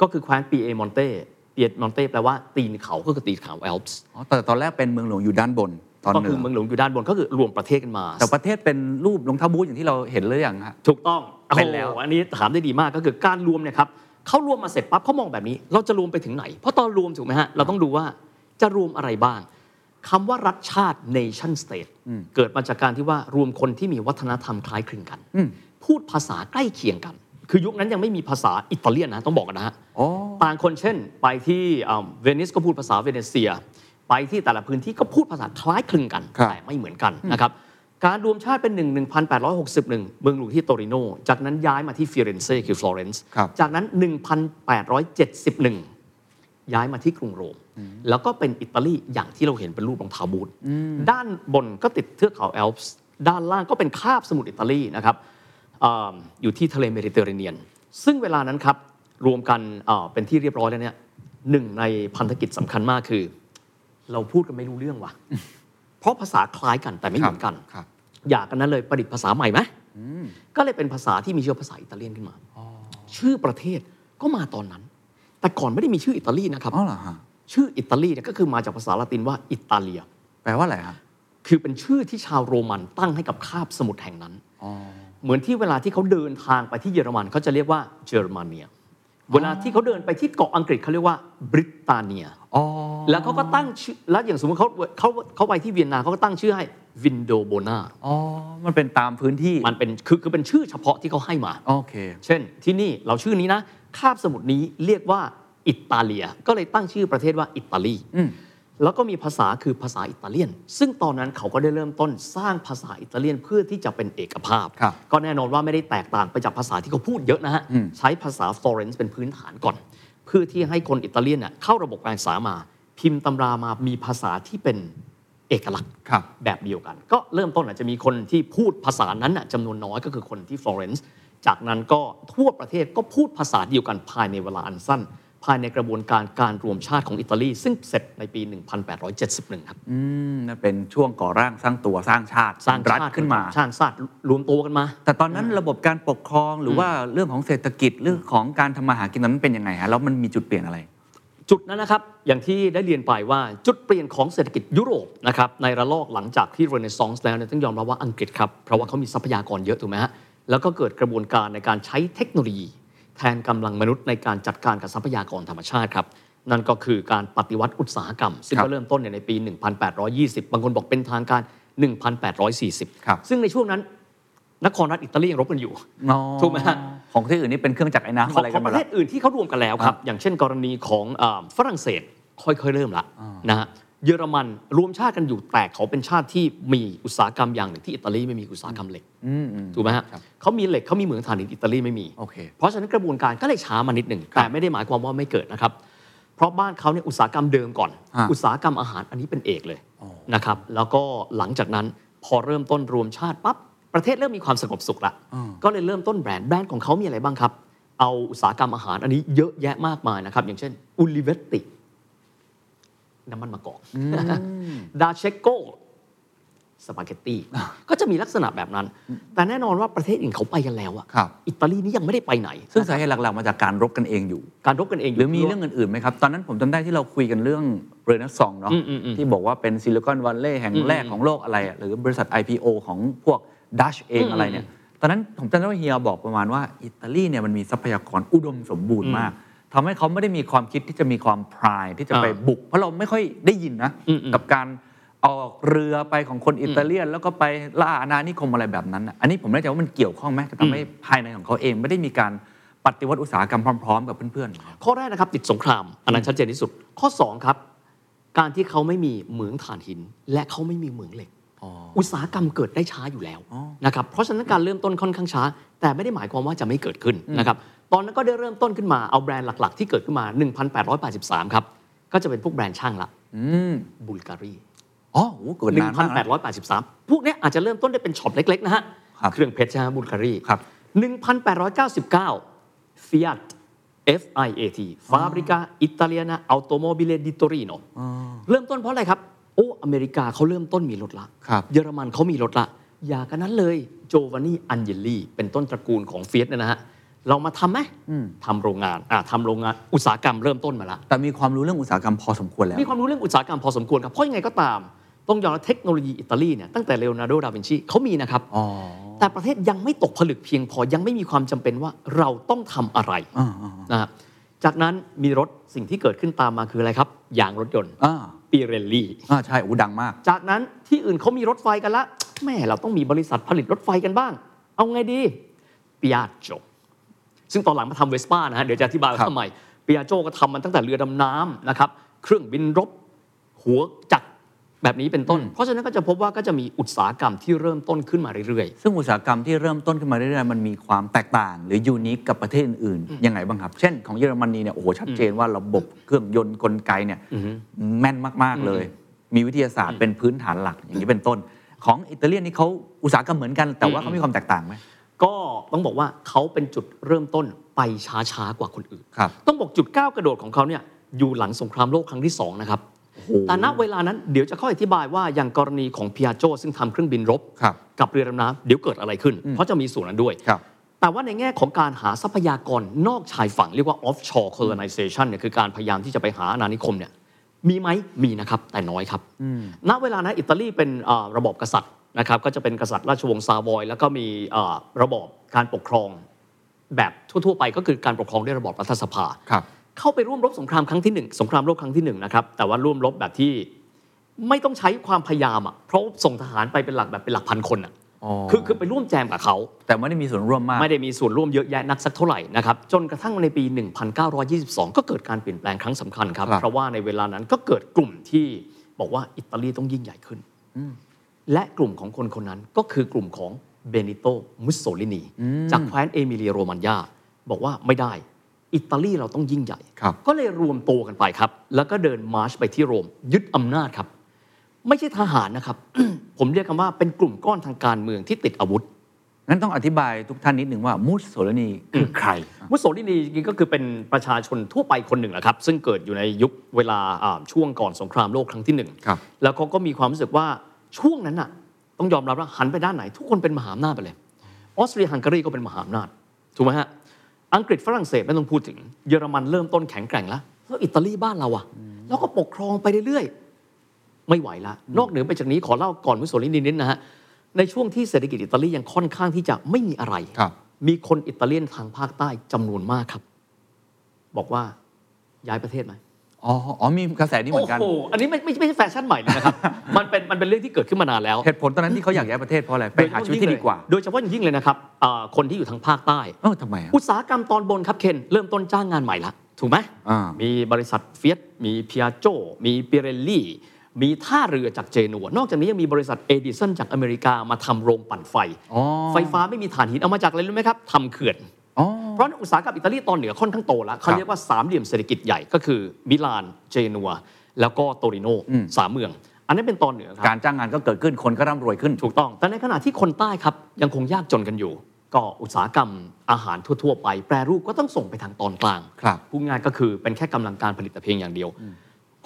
ก็คือแคว้นปีเอมอนเต้ปีเอมอนเต้แปลว่าตีนเขาก็คือตีนเขาแอลป์ส
อ๋อแต่ตอนแรกเป็นเมืองหลวงอยู่ด้านบน ตอน
ก็
เหนื
คือ อเมืองหลวงอยู่ด้านบนก็คือรวมประเทศกันมา
แต่ประเทศเป็นรูปรองเท้าบู๊อย่างที่เราเห็นเลยอย่างฮะ
ถูกต้อง
เป็นแล้ว
โอ้โหอันนี้ถามได้ดีมากก็คือการรวมเนี่ยครับเขารวมมาเสร็จปั๊บเขามองแบบนี้ เราจะรวมไปถึงไหน เพราะตอนรวมถูกไหมฮะ เราต้องดูว่าจะรวมอะไรบ้างคำว่ารัฐชาติ nation state เกิดมาจากการที่ว่ารวมคนที่มีวัฒนธรรมคล้ายคลึงกัน พูดภาษาใกล้เคียงกัน คือยุคนั้นยังไม่มีภาษาอิตาเลียนนะต้องบอกกันนะฮะ
อ๋อ
ต่างคนเช่น ไปที่อ่าเวนิสก็พูดภาษาเวเนเซีย ไปที่แต่ละพื้นที่ก็พูดภาษาคล้ายคลึงกัน
ครับ
แต่ไม่เหมือนกันนะครับการรวมชาติเป็น 1 1861 เมืองหลวงที่โตริโน จากนั้นย้ายมาที่ฟิเรนเซ่คือฟลอเรนซ์
ครับ
จากนั้น 1871 ย้ายมาที่กรุงโรม แล้วก็เป็นอิตาลีอย่างที่เราเห็นเป็นรูปรองเท้าบูทด้านบนก็ติดเทือกเขาแอลป์สด้านล่างก็เป็นคาบสมุทรอิตาลีนะครับ อ่าอยู่ที่ทะเลเมดิเตอร์เรเนียน ซึ่งเวลานั้นครับ รวมกันอ่าเป็นที่เรียบร้อยแล้วเนี่ยหนึ่งในพันธกิจสำคัญมากคือ เราพูดกันไม่รู้เรื่องว่ะ เพราะภาษาคล้ายกันแต่ไม่เหมือนกัน
ครับ
อยากกันนั้นเลยประดิษฐ์ภาษาใหม่ไหมก็เลยเป็นภาษาที่มีชื่อภาษาอิตาเลียนขึ้นมา ชื่อประเทศก็มาตอนนั้น แต่ก่อนไม่ได้มีชื่ออิตาลีนะครับ
อ๋อเหรอฮะ
ชื่ออิตาลีเนี่ยก็คือมาจากภาษาละตินว่าอิตาเลีย
แปลว่าอะไรฮะ
คือเป็นชื่อที่ชาวโรมันตั้งให้กับคาบสมุทรแห่งนั้น
อ๋อ
เหมือนที่เวลาที่เขาเดินทางไปที่เยอรมันเขาจะเรียกว่าเยอรมเนีย เวลาที่เขาเดินไปที่เกาะอังกฤษเขาเรียกว่าบริตาเนีย
อ๋อ
แล้วเขาก็ตั้งชื่อแล้วอย่างสมมติเขาเขาเขาไปที่เวียนนาเขาก็ตั้งชื่อให้วินโดโบนา
อ๋อ มันเป็นตามพื้นที่
มันเป็นคือคือเป็นชื่อเฉพาะที่เขาให้มา
โอเค
เช่น ที่นี่เราชื่อนี้นะคาบสมุทรนี้เรียกว่าอิตาเลีย ก็เลยตั้งชื่อประเทศว่าอิตาลี
อืม
แล้วก็มีภาษาคือภาษาอิตาเลียน ซึ่งตอนนั้นเขาก็ได้เริ่มต้นสร้างภาษาอิตาเลียนเพื่อที่จะเป็นเอกภาพ
ครับ
ก็แน่นอนว่าไม่ได้แตกต่างไปจากภาษาที่เขาพูดเยอะนะฮะ
อืม
ใช้ภาษาฟลอเรนซ์เป็นพื้นฐานก่อน เพื่อที่ให้คนอิตาเลียนเน่ยเข้าระบบการศึกษามา พิมพ์ตำรามามีภาษาที่เป็นเอกลักษณ์
ครับ
แบบเดียวกัน ก็เริ่มต้นอาจจะมีคนที่พูดภาษานั้นน่ะจำนวนน้อยก็คือคนที่ฟลอเรนซ์จากนั้นก็ทั่วประเทศก็พูดภาษาเดียวกันภายในเวลาอันสั้น ภายในกระบวนการการรวมชาติของอิตาลี ซึ่งเสร็จในปี 1871 ครับ
อืมนั่นเป็นช่วงก่อร่างสร้างตัวสร้างชาติ
สร้าง
รัฐ
ชติ
ขึ้นมา
สร้างชาติรวมตัวกันมา
แต่ตอนนั้นระบบการปกครองหรือว่าเรื่องของเศรษฐกิจเรื่องของการทำมาหากินตอนนั้นเป็นยังไงฮะ แล้วมันมีจุดเปลี่ยนอะไร
จุดนั้นนะครับ อย่างที่ได้เรียนไปว่าจุดเปลี่ยนของเศรษฐกิจยุโรปนะครับในระลอกหลังจากที่เรเนซองส์แล้วเนี่ยต้องยอมรับว่าอังกฤษครับ เพราะว่าเขามีทรัพยากรเยอะถูกไหมฮะแล้วก็เกิดกระบวนการในการใช้เทคโนโลยี แทนกำลังมนุษย์ในการจัดการกับทรัพยากรธรรมชาติครับ นั่นก็คือการปฏิวัติอุตสาหกรรม ซึ่ง
ครับ
ก็เริ่มต้นเนี่ยในปี 1820 บางคนบอกเป็นทางการ 1840
ครับ
ซึ่งในช่วงนั้นนครรัฐอิตาลียังรบกันอยู่
อ๋อ
ถูกไหมฮะ
ของที่อื่นนี่เป็นเครื่องจักรไอ้น้ำ
ขอ
อะ
ง
ไร
ข
กั
อน ง
หม
ป
ด
ระ
ละ
เทศอื่นที่เขารวมกันแล้วครับ อย่างเช่นกรณีของอ่าฝรั่งเศส ค่อยๆ เริ่มละนะฮะเยอรมันรวมชาติกันอยู่แต่เขาเป็นชาติที่มีอุตสาหกรรมอย่างหนึ่งที่อิตาลีไม่มีอุตสาหกรรมเหล็ก
อืมอืม
ถูกไหมฮะ
ครับ
เขามีเหล็กเขามีเหมืองถ่านหินอิตาลีไม่มี
โอเค
เพราะฉะนั้นกระบวนการก็เลยช้ามานิดหนึ่ง แต่ไม่ได้หมายความว่าไม่เกิดนะครับ เพราะบ้านเขาเนี่ยอุตสาหกรรมเดิมก่อน
ฮะ
อุตสาหกรรมอาหารอันนี้เป็นเอกเลยนะครับ แล้วก็หลังจากนั้นพอเริ่มต้นรวมชาติปั๊บประเทศเริ่มมีความสงบสุขละ ก็เลยเริ่มต้นแบรนด์แบรนด์ของเขามีอะไรบ้างครับ เอาอุตสาหกรรมอาหารอันนี้เยอะแยะมากมายนะครับ อย่างเช่นอุลิเวติน้ำมันมะกอก [LAUGHS] ดาเชโก สปาเกตตีก็จะมีลักษณะแบบนั้น แต่แน่นอนว่าประเทศอื่นเขาไปกันแล้วอะ
ครับ
อิตาลีนี่ยังไม่ได้ไปไหน
ซึ่งสาเหตุหลักๆมาจากการรบกันเองอยู่
การรบกันเอง
หรือมี
ยู่
เรื่องอื่นๆไหมครับ ตอนนั้นผมจำได้ที่เราคุยกันเรื่องเรเนซองเนาะ
อืมอืมอืม
ที่บอกว่าเป็นซิลิคอนวั l เล y แห่งแรกของโลกอะไรอะหรือบริษัท IPO ของพวกดัชเอง
อืม
อะไรเนี่ย ตอนนั้นผมจำได้ว่าเฮียบอกประมาณว่า อิตาลีเนี่ยมันมีทรัพยากรอุดมสมบูรณ์มากทำให้เขาไม่ได้มีความคิดที่จะมีความพรายที่จะไป
อ่า
บุก เพราะเราไม่ค่อยได้ยินนะ
อืมอืม
กับการออกเรือไปของคนอิตาเลียน แล้วก็ไปล่าอาณานิคมอะไรแบบนั้นน่ะอันนี้ผมไม่แน่ใจว่ามันเกี่ยวข้องไหมกับทำให้ภายในของเขาเองไม่ได้มีการปฏิวัติอุตสาหกรรมพร้อมๆ กับเพื่อนๆ
ข้อแรกนะครับ ติดสงคราม อันนั้นชัดเจนที่สุด ข้อ 2 ครับ การที่เขาไม่มีเหมืองถ่านหิน และเขาไม่มีเหมืองเหล็ก อุตสาหกรรมเกิดได้ช้าอยู่แล้วนะครับเพราะฉะนั้นการเริ่มต้นค่อนข้างช้า แต่ไม่ได้หมายความว่าจะไม่เกิดขึ้นนะครับตอนนั้นก็ได้เริ่มต้นขึ้นมาเอาแบรนด์หลัก ๆ ที่เกิดขึ้นมา 1883 ครับก็จะเป็นพวกแบรนด์ช่างละ
อืม
บุลการี
อ๋อโหเกิดนานมากนะ
1883 พวกเนี้ยอาจจะเริ่มต้นได้เป็นช็อปเล็ก ๆ นะฮะ
ครับ
เครื่องเพชรใช่ไหมบุลการี
ครับ
1899 Fiat FIAT Fabrica Italiana Automobile di Torino เริ่มต้นเพราะอะไรครับ โอ้ อเมริกาเขาเริ่มต้นมีรถละ
ครับ
เยอรมันเขามีรถละ อย่ากันนั้นเลยโจวานี่อันเยลลี่เป็นต้นตระกูลของเฟียสเนี่ยนะฮะ เรามาทำไหมทำโรงงานอ่ะทำโรงงานอุตสาหกรรมเริ่มต้นมาละ
แต่มีความรู้เรื่องอุตสาหกรรมพอสมควรแล้ว
มีความรู้เรื่องอุตสาหกรรมพอสมควรครับ เพราะยังไงก็ตาม ต้องยอมรับเทคโนโลยีอิตาลีเนี่ยตั้งแต่เลโอนาร์โด ดาวินชีเขามีนะครับ
อ๋อ
แต่ประเทศยังไม่ตกผลึกเพียงพอยังไม่มีความจำเป็นว่าเราต้องทำอะไร
อ่าอ่าอ่า
นะฮะจากนั้นมีรถสิ่งที่เกิดขึ้นตามมาคืออะไรครับยางรถยนต์
อ่า
ปีเรลลี่
อ่าใช่โอ้ดังมาก
จากนั้นที่อื่นเขามีรถไฟกันละแม่เราต้องมีบริษัทผลิตรถไฟกันบ้าง เอาไงดีป i ย z โจซึ่งตอนหลังมาทำเวสป้านะฮะ เดี๋ยวจะอธิบายว่า
ครับ
ทำไมป i ย z โจก็ทำมันตั้งแต่เรือดำน้ำนะครับ เครื่องบินรบ หัวจักรแบบนี้เป็นต้น เพราะฉะนั้นก็จะพบว่าก็จะมีอุตสาหกรรมที่เริ่มต้นขึ้นมาเรื่อย
ซึ่งอุตสาหกรรมที่เริ่มต้นขึ้นมาเรื่อยๆมันมีความแตกต่าง หรือยูนิคกับประเทศอื่นๆยังไงบ้างครับ เช่นของเยอรมนีเนี่ยโอ้โหชัดเจนว่าระบบเครื่องยนต์กลไกเนี่ยแม่นมากๆเลย มีวิทยาศาสตร์เป็นพื้นฐานหลักอย่างนี้เป็นต้น ของอิตาเลียนนี่เขาอุตสาหกรรมเหมือนกัน แต่ว่าเขามีความแตกต่างไหม
ๆ ก็ต้องบอกว่าเขาเป็นจุดเริ่มต้นไปช้าๆกว่าคนอื่น
ครับ
ต้องบอกจุดก้าวกระโดดของเขาเนี่ยอยู่หลังสงครามโลกครั้งที่ 2 นะครับ แต่ณเวลานั้นเดี๋ยวจะค่อยอธิบายว่าอย่างกรณีของพิอาโจซึ่งทำเครื่องบินรบ
ครับ
กับเรือดำน้ำเดี๋ยวเกิดอะไรขึ้น เพราะจะมีส่วนนั้นด้วย
ครับ
แต่ว่าในแง่ของการหาทรัพยากรนอกชายฝั่ง เรียกว่า offshore colonization เนี่ยคือการพยายามที่จะไปหาอาณานิคมเนี่ยมีไหมมีนะครับ แต่น้อยครับ ณเวลานั้นอิตาลีเป็นอ่าระบอบกษัตริย์นะครับก็จะเป็นกษัตริย์ราชวงศ์ซาวอย แล้วก็มีอ่าระบอบการปกครองแบบทั่วๆ ไปก็คือการปกครองด้วยระบอบรัฐสภา
ครับ
เข้าไปร่วมรบสงครามครั้งที่หนึ่งสงครามโลกครั้งที่หนึ่งนะครับ แต่ว่าร่วมรบแบบที่ไม่ต้องใช้ความพยายามอ่ะเพราะส่งทหารไปเป็นหลักแบบเป็นหลักพันคนอ่ะ
อ๋อ
คือคือไปร่วมแจมกับเขา
แต่ไม่ได้มีส่วนร่วมมาก
ไม่ได้มีส่วนร่วมเยอะแยะนักสักเท่าไหร่นะครับ จนกระทั่งในปี 1922 ก็เกิดการเปลี่ยนแปลงครั้งสำคัญครับ
ครับ
เพราะว่าในเวลานั้นก็เกิดกลุ่มที่บอกว่าอิตาลีต้องยิ่งใหญ่ขึ้น และกลุ่มของคนคนนั้นก็คือกลุ่มของเบนิโตมุสโซลินีจากแคว้นเอมิเลียโรมันยาบอกว่าไม่ได้ อิตาลีเราต้องยิ่งใหญ่
ครับ
ก็เลยรวมตัวกันไปครับ แล้วก็เดินมาร์ชไปที่โรม ยึดอำนาจครับ ไม่ใช่ทหารนะครับ [CLEARS THROAT] ผมเรียกกันว่าเป็นกลุ่มก้อนทางการเมืองที่ติดอาวุธ
งั้นต้องอธิบายทุกท่านนิดหนึ่งว่ามุสโสลินีคือใคร
มุสโสลินีจริงๆก็คือเป็นประชาชนทั่วไปคนหนึ่งแหละครับ ซึ่งเกิดอยู่ในยุคเวลาอ่าช่วงก่อนสงครามโลกครั้งที่หนึ่ง
ครับ
แล้วเขาก็มีความรู้สึกว่าช่วงนั้นน่ะต้องยอมรับว่าหันไปด้านไหน ทุกคนเป็นมหาอำนาจไปเลย ออสเตรียฮังการีก็เป็นมหาอำนาจ ถูกไหมฮะ อังกฤษฝรั่งเศสไม่ต้องพูดถึง เยอรมันเริ่มต้นแข็งแกร่งแล้วแล้วอิตาลีบ้านเราอะแล้วก็ปกครองไปเรื่อยๆ ไม่ไหวละนอกเหนือไปจากนี้ขอเล่าก่อนมุสโสลินีนิดนะฮะในช่วงที่เศรษฐกิจอิตาลียังค่อนข้างที่จะไม่มีอะไร
ครับ
มีคนอิตาเลียนทางภาคใต้จำนวนมากครับ บอกว่าย้ายประเทศไหม
อ๋ออ๋อมีกระแสนี้เหมือนกัน
โอ้โหอันนี้ไม่ไม่ไม่ใช่แฟชั่นใหม่เลย
[LAUGHS]
นะครับ มันเป็นมันเป็นเรื่องที่เกิดขึ้นมานานแล้ว
เหตุผลตอนนั้นที่เขาอยากย้ายประเทศเพราะอะไร ไปหาชีวิตที่ดีกว่า
โดยเฉพาะอย่างยิ่งเลยนะครับอ่าคนที่อยู่ทางภาคใต้
เออทำไมอะ
อุตสาหกรรมตอนบนครับเคนเริ่มต้นจ้างงานใหม่ละ ถูกไหม
อ่า
มีบริษัทเฟียสมีพิอาโจ มีเปเรลลี่ มีท่าเรือจากเจนัว นอกจากนี้ยังมีบริษัทเอดิสันจากอเมริกามาทำโรงปั่นไฟ
อ๋อ
ไฟฟ้าไม่มีถ่านหินเอามาจากอะไรรู้ไหมครับทำเขื่อน
อ๋อ
เพราะฉะนั้นอุตสาหกรรมอิตาลีตอนเหนือค่อนข้างโตแล้วเขา
ครับ
เรียกว่าสามเหลี่ยมเศรษฐกิจใหญ่ก็คือมิลาน เจนัว แล้วก็โตริโน
อืม
สามเมือง อันนั้นเป็นตอนเหนือครับ
การจ้างงานก็เกิดขึ้นคนก็ร่ำรวยขึ้น
ถูกต้อง แต่ในขณะที่คนใต้ครับ ยังคงยากจนกันอยู่ ก็อุตสาหกรรมอาหารทั่ว ๆ ไป แปรรูปก็ต้องส่งไปทางตอนกลาง
ครับ
พูดง่ายก็คือเป็นแค่กำลังการผลิตแต่เพียงอย่างเดียว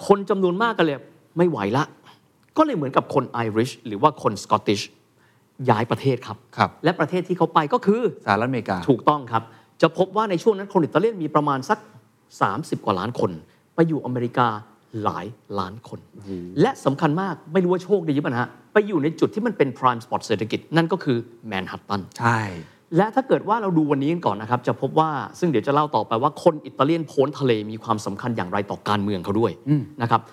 คนจำนวนมากก็เลยไม่ไหวละ ก็เลยเหมือนกับคนไอริชหรือว่าคนสกอตติชย้ายประเทศครับ
ครับ
และประเทศที่เขาไปก็คือ
สหรัฐอเมริกา
ถูกต้องครับ จะพบว่าในช่วงนั้นคนอิตาเลียนมีประมาณสัก 30 กว่าล้านคน ไปอยู่อเมริกาหลายล้านคน และสำคัญมากไม่รู้ว่าโชคดีป่ะนะฮะ ไปอยู่ในจุดที่มันเป็น prime spot เศรษฐกิจ นั่นก็คือแมนฮัตตัน
ใช่
และถ้าเกิดว่าเราดูวันนี้กันก่อนนะครับ จะพบว่าซึ่งเดี๋ยวจะเล่าต่อไปว่าคนอิตาเลียนโพ้นทะเลมีความสำคัญอย่างไรต่อการเมืองเขาด้วย
อืม
นะครับ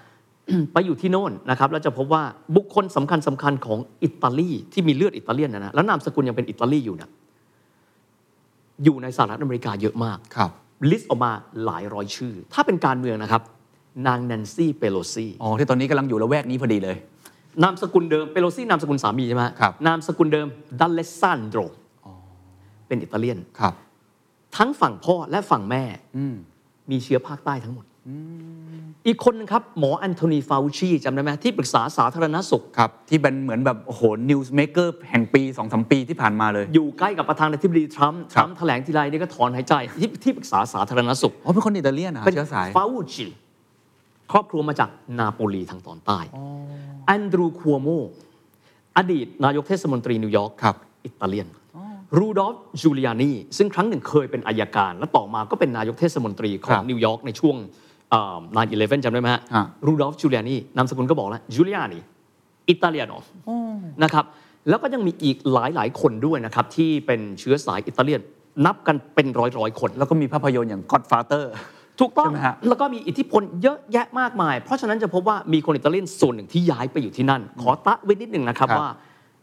[COUGHS] ไปอยู่ที่โน่นนะครับแล้วจะพบว่าบุคคลสำคัญสคัญๆของอิตาลีที่มีเลือดอิตาเลียนนะนะแล้วนามสกุลยังเป็นอิตาลีอยู่เนะอยู่ในสหรัฐอเมริกาเยอะมาก
ครับ
ลิสต์ออกมาหลายร้อยชื่อ ถ้าเป็นการเมืองนะครับ นางแนนซี่เปโลซี
อ๋อ ที่ตอนนี้กำลังอยู่ละแวกนี้พอดีเลย
นามสกุลเดิมเปโลซี่นามสกุลสามีใช่ไหมฮะ
ครับ
นามสกุลเดิมดัลเลซานโดรเป็นอิตาเลียน
ครับ
ทั้งฝั่งพ่อและฝั่งแม่
อืม
มีเชื้อภาคใต้ทั้งหมด อีกคนนึงครับ หมอแอนโทนีฟาวชีจำได้ไหมที่ปรึกษาสาธารณสุข
ครับ ที่เป็นเหมือนแบบ โอ้โห นิวส์เมเกอร์แห่งปี2อสปีที่ผ่านมาเลย
อยู่ใกล้กับประธานาธิบดีทรัมป์
ค
ท
รับ
รัมป์แถลงทีไรนี่ก็ถอนหายใจที่ที่ปรึกษาสาธารณสุข
อ๋อ เป็นคนอิตาเลียนนะ
เป็น
เชื้อสาย
ฟาวชีครอบครัวมาจากนาโปลีทางตอนใต้แอนดรูคัวโมอดีตนายกเทศมนตรีนิวยอร์ก
ครับ
อิตาเลียน รูดอล์ฟจูเลียนีซึ่งครั้งหนึ่งเคยเป็นอายการ และต่อมาก็เป็นนายกเทศมนตรีของ
ครับ
นิวยอร์กในช่วงเอ่อ9-11จำได้ไหมฮะ
ฮะ
รูดอล์ฟจูเลียนีนามสกุลก็บอกแล้วจูเลียนีอิตาเลียโนนะครับแล้วก็ยังมีอีกหลายหลายๆคนด้วยนะครับ ที่เป็นเชื้อสายอิตาเลียนนับกันเป็นร้อยร้อยๆคน
แล้วก็มีภาพยนตร์อย่าง Godfather
ถูกต้อง
ใช่ไหมฮะ
แล้วก็มีอิทธิพลเยอะแยะมากมาย เพราะฉะนั้นจะพบว่ามีคนอิตาเลียนส่วนหนึ่งที่ย้ายไปอยู่ที่นั่น ขอตะไว้นิดหนึ่งนะครับ
ครับ
ว่า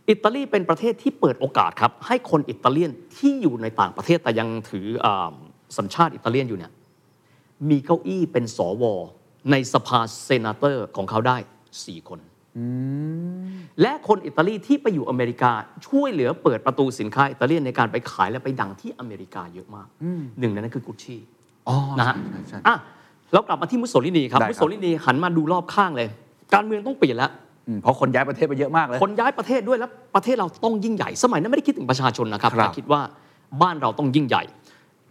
อิตาลีเป็นประเทศที่เปิดโอกาสครับ ให้คนอิตาเลียนที่อยู่ในต่างประเทศแต่ยังถืออ่าสัญชาติอิตาเลียนอยู่เนี่ยมีเก้าอี้เป็นสว ในสภาเซนาเตอร์ของเขาได้ 4 คน และคนอิตาลีที่ไปอยู่อเมริกาช่วยเหลือเปิดประตูสินค้าอิตาเลียนในการไปขายและไปดังที่อเมริกาเยอะมากหนึ่งในนั้นคือกุชชี่
อ๋อ
นะฮะ
ใช่ใช่
อ่ะเรากลับมาที่มุสโสลินีครับ
ได้ครับ
มุสโสลินีหันมาดูรอบข้างเลย การเมืองต้องเปลี่ยนแล้ว
อืมเพราะคนย้ายประเทศไปเยอะมากเลย
คนย้ายประเทศด้วยแล้วประเทศเราต้องยิ่งใหญ่ สมัยนั้นไม่ได้คิดถึงประชาชนนะครับ
ครับ
แต่คิดว่าบ้านเราต้องยิ่งใหญ่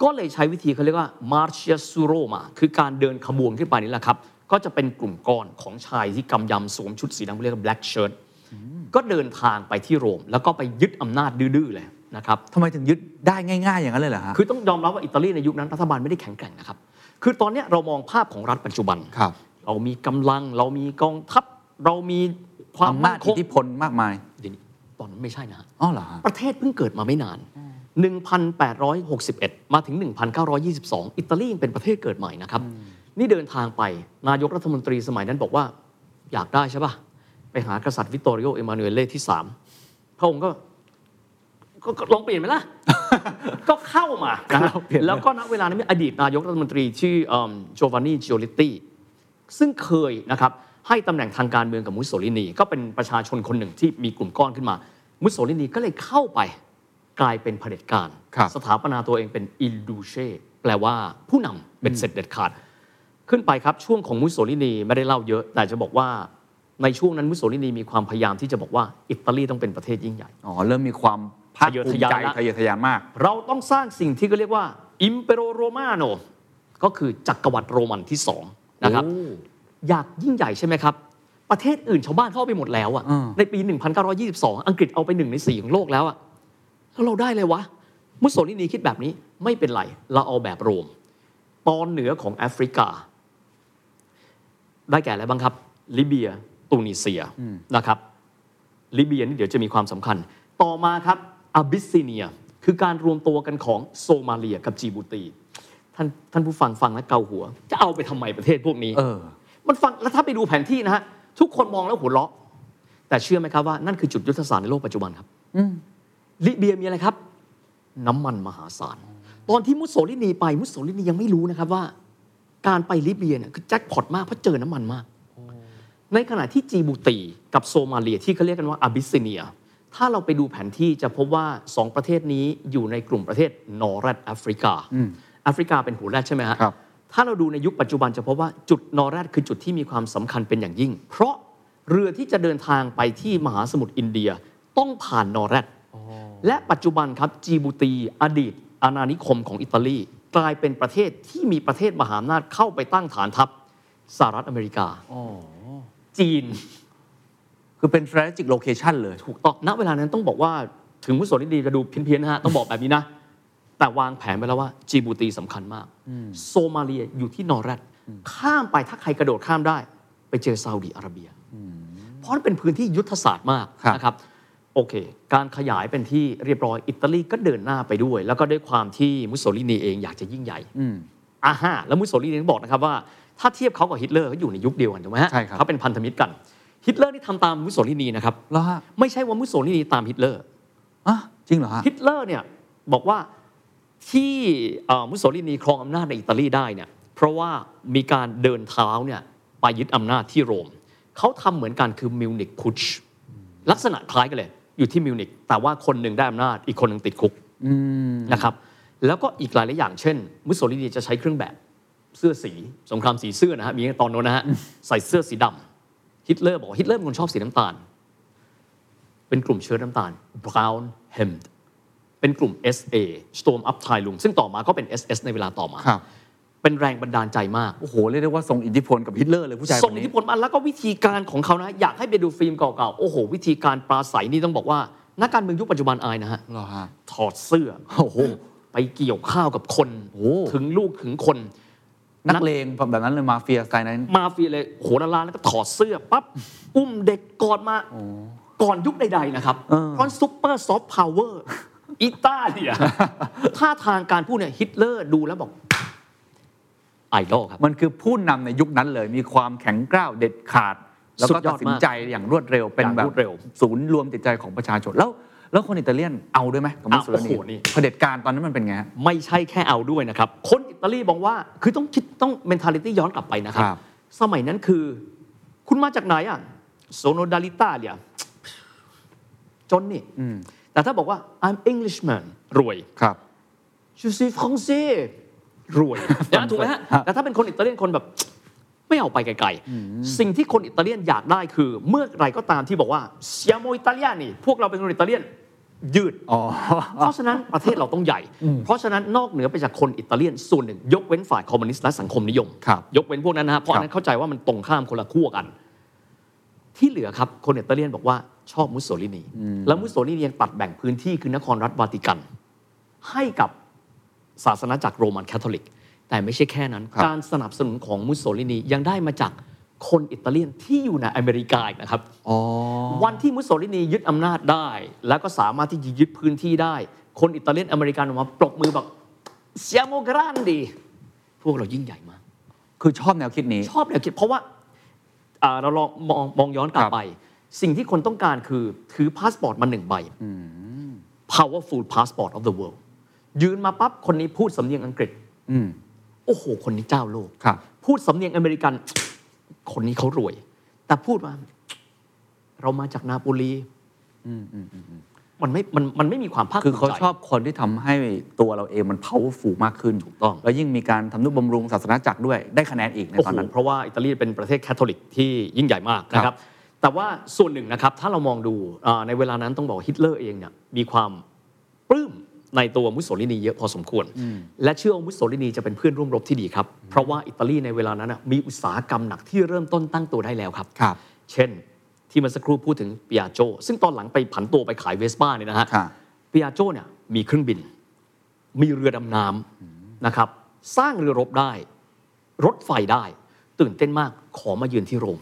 ก็เลยใช้วิธีเขาเรียกว่ามาร์เชียซูโรมา คือการเดินขบวนขึ้นไปนี่แหละครับ ก็จะเป็นกลุ่มก้อนของชายที่กำยำสวมชุดสีดำเรียกว่าแบล็กเชิร์ตก็เดินทางไปที่โรม แล้วก็ไปยึดอำนาจดื้อๆเลยนะครับ
ทำไมถึงยึดได้ง่ายๆอย่างนั้นเลยเหรอฮะ
คือต้องยอมรับว่าอิตาลีในยุคนั้นรัฐบาลไม่ได้แข็งแกร่งนะครับ คือตอนเนี้ยเรามองภาพของรัฐปัจจุบัน
ครับ
เรามีกำลังเรามีกองทัพ เรามีความ
อำนา
มั่
จ
นค
อิ
ง
ทธิพลมากมาย
เดี๋ยวนี้ตอนนั้นไม่ใช่นะฮะ
อ๋อเหรอฮะ
ประเทศเพิ่งเกิดมาไม่นาน 1,861 มาถึง 1,922 อิตาลียังเป็นประเทศเกิดใหม่นะครับ นี่เดินทางไปนายกรัฐมนตรีสมัยนั้นบอกว่า อยากได้ใช่ป่ะ ไปหากษัตริย์วิตตอริโอเอมานูเอเล่ที่ 3 พระองค์ก็ก็ก็ลองเปลี่ยนไหมล่ะ ก็เข้ามานะ
ลองเปลี่ยนไหม
แล้วก็ณเวลานั้นมีอดีตนายกรัฐมนตรีชื่อโจวานนี่จิโอลิตี้ ซึ่งเคยนะครับให้ตำแหน่งทางการเมืองกับมุสโสลินี ก็เป็นประชาชนคนหนึ่งที่มีกลุ่มก้อนขึ้นมา มุสโสลินีก็เลยเข้าไปกลายเป็นเผด็จการ
ครับ
สถาปนาตัวเองเป็นอินดูเชแปลว่าผู้นำเป็นเสร็จเด็ดขาด ขึ้นไปครับ ช่วงของมุสโสลินีไม่ได้เล่าเยอะ แต่จะบอกว่าในช่วงนั้นมุสโสลินีมีความพยายามที่จะบอกว่าอิตาลีต้องเป็นประเทศยิ่งใหญ่
อ๋อ เริ่มมีความภาคภูมิ
ทะ
ใจ
เยอทะยานละ
ทะเยอทะยานมาก
เราต้องสร้างสิ่งที่เขาเรียกว่าอิมเปโรโรมาโนก็คือจักรวรรดิโรมันที่สองนะครับ อยากยิ่งใหญ่ใช่ไหมครับ ประเทศอื่นชาวบ้านเข้าไปหมดแล้วอะ
อ่า
ในปี 1922 อังกฤษเอาไปหนึ่งในสี่ของโลกแล้วอะแล้วเราได้เลยวะ มุสโสลินีคิดแบบนี้ไม่เป็นไร เราเอาแบบโรม ตอนเหนือของแอฟริกา ได้แก่อะไรบ้างครับ ลิเบีย ตูนิเซียนะครับ ลิเบียนี่เดี๋ยวจะมีความสำคัญ ต่อมาครับอาบิสซิเนีย คือการรวมตัวกันของโซมาเลียกับจิบูตี ท่านท่านผู้ฟังฟังแล้วเกาหัว จะเอาไปทำไมประเทศพวกนี้
เออ
มันฟังแล้วถ้าไปดูแผนที่นะฮะ ทุกคนมองแล้วหัวเราะ แต่เชื่อไหมครับว่านั่นคือจุดยุทธศาสตร์ในโลกปัจจุบันครับลิเบียมีอะไรครับ น้ำมันมหาศาล ตอนที่มุสโสลินีไปมุสโสลินียังไม่รู้นะครับว่า การไปลิเบียเนี่ยคือแจ็คพอตมากเพราะเจอน้ำมันมาก ในขณะที่จีบูตีกับโซมาเลียที่เขาเรียกกันว่าอาบิสซิเนีย ถ้าเราไปดูแผนที่จะพบว่า 2 ประเทศนี้อยู่ในกลุ่มประเทศนอร์ทแอฟริกาแอฟริกาเป็นหัวแรกใช่ไหมฮะ
ครับ
ถ้าเราดูในยุคปัจจุบันจะพบว่าจุดนอร์แรดคือจุดที่มีความสำคัญเป็นอย่างยิ่ง เพราะเรือที่จะเดินทางไปที่มหาสมุทรอินเดียต้องผ่านนอร์แรดและปัจจุบันครับจีบูตีอดีตอาณานิคมของอิตาลี กลายเป็นประเทศที่มีประเทศมหาอำนาจเข้าไปตั้งฐานทัพสหรัฐอเมริกา จีน
คือเป็น strategic location เลย
ถูกต้องณเวลานั้นต้องบอกว่าถึงมุสโสลินีจะดูเพี้ยนๆนะฮะ ต้องบอกแบบนี้นะ แต่วางแผนไปแล้วว่าจีบูตีสำคัญมาก โซมาเลียอยู่ที่นอร์แรดข้ามไปถ้าใครกระโดดข้ามได้ ไปเจอซาอุดีอาระเบีย เพราะนั่นเป็นพื้นที่ยุทธศาสตร์มาก
ครับ
นะครับ โอเค การขยายเป็นที่เรียบร้อยอิตาลีก็เดินหน้าไปด้วย แล้วก็ด้วยความที่มุสโสลินีเองอยากจะยิ่งใหญ่อ่าฮะแล้วมุสโสลินีก็บอกนะครับว่าถ้าเทียบเขากับฮิตเลอร์เขาอยู่ในยุคเดียวกันถูกไหมฮะ
ใช่ครับ
เขาเป็นพันธมิตรกันฮิตเลอร์นี่ทำตามมุสโสลินีนะครับ
แล้วฮะ
ไม่ใช่ว่ามุสโสลินีตามฮิตเลอร์
อ่ะจริงเหรอฮะ
ฮิตเลอร์เนี่ยบอกว่าที่เอ่อมุสโสลินีครองอำนาจในอิตาลีได้เนี่ยเพราะว่ามีการเดินเท้าเนี่ยไปยึดอำนาจที่โรม เขาทำเหมือนกันคือมิวนิกพุชลักษณะคล้ายกันเลย อยู่ที่มิวนิกแต่ว่าคนหนึ่งได้อำนาจอีกคนหนึ่งติดคุกนะครับแล้วก็อีกหลายหลายๆอย่างเช่น มุสโสลินีจะใช้เครื่องแบบเสื้อสีสงครามสีเสื้อนะฮะมีตอนโน้นนะฮะใส่เสื้อสีดำฮิตเลอร์บอกว่าฮิตเลอร์เป็นคนชอบสีน้ำตาล เป็นกลุ่มเชื้อน้ำตาล brown hemmed เป็นกลุ่ม SA Storm Up Thai Lung ซึ่งต่อมาก็เป็น SS ในเวลาต่อมา
ครับ
เป็นแรงบันดาลใจมาก
โอ้โห เรียกได้ว่าทรงอิทธิพลกับฮิตเลอร์เลยผู้ชายค
ส่ง
น
อิท
นี้
ธิพลมาแล้วก็วิธีการของเขานะ อยากให้ไปดูฟิล์มเก่าๆ โอ้โห วิธีการปราศัยนี่ต้องบอกว่า นักการเมืองยุคปัจจุบันอายนะฮะ
เหรอฮะ
ถอดเสื้อ
โอ้โห
ไปเกี่ยวข้าวกับคน
โอ้โห
ถึงลูกถึงคน
นักเลงแบบนั้นเลยมาเฟียสไตล์นั้น
มาเฟียเลยโหละลานแล้วก็ถอดเสื้อปั๊บ อุ้มเด็กกอดมาก่อนยุคใด ๆ นะครับ เพราะซุปเปอร์ซอฟต์พาวเวอร์อิตา [LAUGHS] เนี่ยท่าทางการพูดเนี่ยฮิตเลอร์ดูแล้วบอก ไอดอลครับ
มันคือผู้นำในยุคนั้นเลย มีความแข็งกร้าวเด็ดขาด แล้ว
สุ
ก็
ดย
ตั
อ
ด
ดมาก
สินใจอย่างรวดเร็ว เป็น
อย่าง
แบบ
รวดเร็ว
ศูนย์รวมจิตใจของประชาชน แล้ว แล้วคนอิตาเลียนเอาด้วยไหมกับมุสโส
อ่ะโอ้โหนี่
ลินีเผด็จการตอนนั้นมันเป็นไงฮะ
ไม่ใช่แค่เอาด้วยนะครับ คนอิตาลีบอกว่าคือต้องคิดต้องเมนทาลิตี้ย้อนกลับไปนะครับ
ครับ
สมัยนั้นคือ คุณมาจากไหนอ่ะโซโนดาลิต้าเนี่ยจนนี่แต่ถ้าบอกว่า I'm Englishman รวย
ครับ
ชูซีฟองเซ่รวยนะถูกไหมฮะแต่ถ้าเป็นคนอิตาเลียนคนแบบ ไม่เอาไปไกลๆ สิ่งที่คนอิตาเลียนอยากได้คือ เมื่อไหรก็ตามที่บอกว่าเซียโมอิตาเลียนี่ พวกเราเป็นคนอิตาเลียน ยืด
อ๋อ
เพราะฉะนั้นประเทศเราต้องใหญ่ เพราะฉะนั้นนอกเหนือไปจากคนอิตาเลียนส่วนหนึ่ง ยกเว้นฝ่ายคอมมิวนิสต์และสังคมนิยม
ครับ
ยกเว้นพวกนั้นนะฮะเพราะอันนั้นเข้าใจว่ามันตรงข้ามคนละขั้วกัน ที่เหลือครับคนอิตาเลียนบอกว่าชอบมุสโสลินี แล้วมุสโสลินียังตัดแบ่งพื้นที่คือนครรัฐวาติกัน ให้กับศาสนาจักรโรมันคาทอลิก แต่ไม่ใช่แค่นั้น
ครับ
การสนับสนุนของมุสโสลินียังได้มาจากคนอิตาเลียนที่อยู่ในอเมริกาอีกนะครับ
อ๋อ
วันที่มุสโสลินียึดอำนาจได้ แล้วก็สามารถที่จะยึดพื้นที่ได้ คนอิตาเลียนอเมริกันออกมาปรบมือแบบเซียโมกรานดีพวกเรายิ่งใหญ่มาก
คือชอบแนวคิดนี้
ชอบแนวคิดเพราะว่าอ่าเราลองมองมองย้อนกลับไป สิ่งที่คนต้องการคือถือพาสปอร์ตมาหนึ่งใบ powerful passport of the world ยืนมาปั๊บ คนนี้พูดสำเนียงอังกฤษ
อืม
โอ้โห คนนี้เจ้าโลก
ครับ
พูดสำเนียงอเมริกัน คนนี้เขารวย แต่พูดมา เรามาจากนาโปลีมันไม่ มันมันไม่มีความภาค
คือ
ภูมิ
เขา
ใจ
ชอบคนที่ทำให้ตัวเราเองมัน powerful มากขึ้น
ถูกต้อง
แล้วยิ่งมีการทำนุบำรุงศาสนาจักรด้วยได้คะแนนอีกใน
โอ้
ตอน
โห
นั้น
เพราะว่าอิตาลีเป็นประเทศแคทอลิกที่ยิ่งใหญ่มากนะค
ครั
รับ
บ
แต่ว่าส่วนหนึ่งนะครับ ถ้าเรามองดูอ่าในเวลานั้นต้องบอกว่าฮิตเลอร์เองเนี่ยมีความปลื้มในตัวมุสโสลินีเยอะพอสมควร และเชื่อว่ามุสโสลินีจะเป็นเพื่อนร่วมรบที่ดีครับ เพราะว่าอิตาลีในเวลานั้นน่ะมีอุตสาหกรรมหนักที่เริ่มต้นตั้งตัวได้แล้วครับ
ครับ
เช่น ที่เมันสักครู่พูดถึงปิอาโจ ซึ่งตอนหลังไปผันตัวไปขายเวสป้าเนี่ยนะฮะ
ค่ะ
ปิอาโจเนี่ยมีเครื่องบิน มีเรือดำน้ำนะครับ สร้างเรือรบได้ รถไฟได้ ตื่นเต้นมากขอมาเยือนที่โรม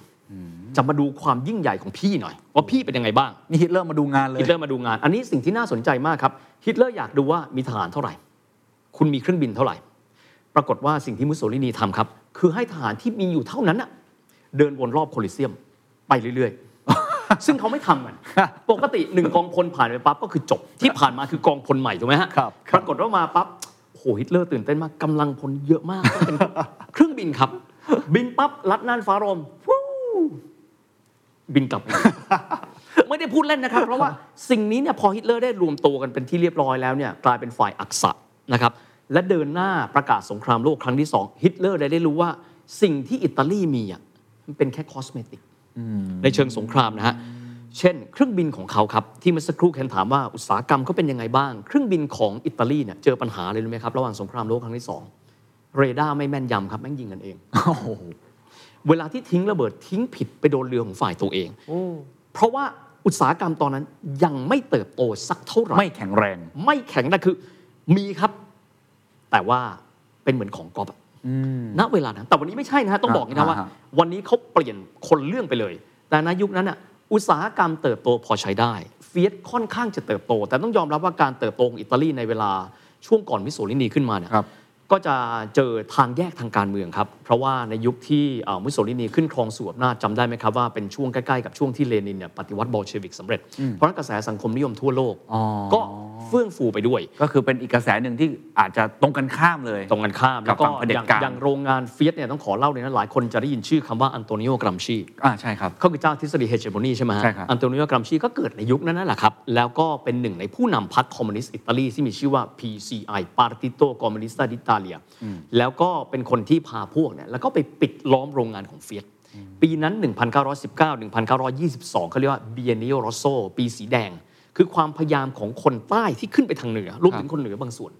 จะมาดูความยิ่งใหญ่ของพี่หน่อย ว่าพี่เป็นยังไงบ้าง
นี่ฮิตเลอร์มาดูงานเลย
ฮิตเลอร์มาดูงาน อันนี้สิ่งที่น่าสนใจมากครับ ฮิตเลอร์อยากดูว่ามีทหารเท่าไหร่ คุณมีเครื่องบินเท่าไหร่ ปรากฏว่าสิ่งที่มุสโสลินีทำครับ คือให้ทหารที่มีอยู่เท่านั้นน่ะเดินวนรอบโคลิเซียมไปเรื่อยๆ [LAUGHS] ซึ่งเขาไม่ทำกัน ปกติหนึ่งกองพลผ่านไปปั๊บก็คือจบ ที่ผ่านมาคือกองพลใหม่ถูกไหมฮะ
ครับ
ปรากฏว่ามาปั๊บโห ฮิตเลอร์ตื่นเต้นมากกำลังพลเยอะมากต้องเป็น เครื่องบินครับ บินปั๊บลัดน่านฟ้าลมฟู้บินกลับมา [LAUGHS] ไม่ได้พูดเล่นนะครับ เพราะว่าสิ่งนี้เนี่ยพอฮิตเลอร์ได้รวมตัวกันเป็นที่เรียบร้อยแล้วเนี่ยกลายเป็นฝ่ายอักษะนะครับ และเดินหน้าประกาศสงครามโลกครั้งที่สองฮิตเลอร์ได้ได้รู้ว่าสิ่งที่อิตาลีมีอ่ะมันเป็นแค่คอสเมติก ในเชิงสงครามนะฮะ เช่น เครื่องบินของเขาครับ ที่เมื่อสักครู่แคนถามว่าอุตสาหกรรมเขาเป็นยังไงบ้าง เครื่องบินของอิตาลีเนี่ยเจอปัญหาเลยรู้ไหมครับ ระหว่างสงครามโลกครั้งที่สองเรดาร์ไม่แม่นยำครับ แม่งยิงกันเอง เวลาที่ทิ้งระเบิดทิ้งผิดไปโดนเรือของฝ่ายตัวเอง เพราะว่าอุตสาหกรรมตอนนั้นยังไม่เติบโตสักเท่าไหร่
ไม่แข็งแรง
ไม่แข็งนะคือ มีครับ แต่ว่าเป็นเหมือนของกอบณเวลานั้นแต่วันนี้ไม่ใช่นะฮะต้องบอกอย่างนี้นะว่า
อ่าฮะ
วันนี้เขาเปลี่ยนคนเรื่องไปเลย แต่ณยุคนั้นอ่ะอุตสาหกรรมเติบโตพอใช้ได้เฟียสค่อนข้างจะเติบโต แต่ต้องยอมรับว่าการเติบโตของอิตาลีในเวลาช่วงก่อนมิสโซลินีขึ้นมาเนี่ย
ครับ
ก็จะเจอทางแยกทางการเมืองครับ เพราะว่าในยุคที่เอ่อมุสโสลินีขึ้นครองสู่อำนาจจำได้ไหมครับว่าเป็นช่วงใกล้ๆกับช่วงที่เลนินเนี่ยปฏิวัติบอลเชวิกสำเร็จ เพราะฉะนั้นกระแสสังคมนิยมทั่วโลก
อ๋อ
ก็เฟื่องฟูไปด้วย
ก็คือเป็นอีกกระแสหนึ่งที่อาจจะตรงกันข้ามเลย
ตรงกันข้าม
กั
แล้
บ
วก็
ฝั่งเผด็จ
อย่าง
การ
อย่างโรงงานเฟียสเนี่ยต้องขอเล่าเลยนะหลายคนจะได้ยินชื่อคำว่าอันโตนิโอกรัมชี
อ่าใช่ครับ
เขาคือเจ้าทฤษฎีเฮเจโมนีใช่ไหมฮะ
ใช่ครับ
อันโตนิโอกรัมชีก็เกิดในยุคนั้นนั่นแหละครับ แล้วก็เป็นหนึ่งในผู้นำพรรคคอมมิวนิสต์อิตาลีที่มีชื่อว่า PCI Partito Comunista d'Italia แล้วก็เป็นคนที่พาพวกเนี่ยแล้วก็ไปปิดล้อมโรงงานของเฟียสปีนั้น 1919-1922 เขาเรียกว่า Biennio Rosso ปีสีแดง คือความพยายามของคนใต้ที่ขึ้นไปทางเหนือรวมถึงคนเหนือบางส่วน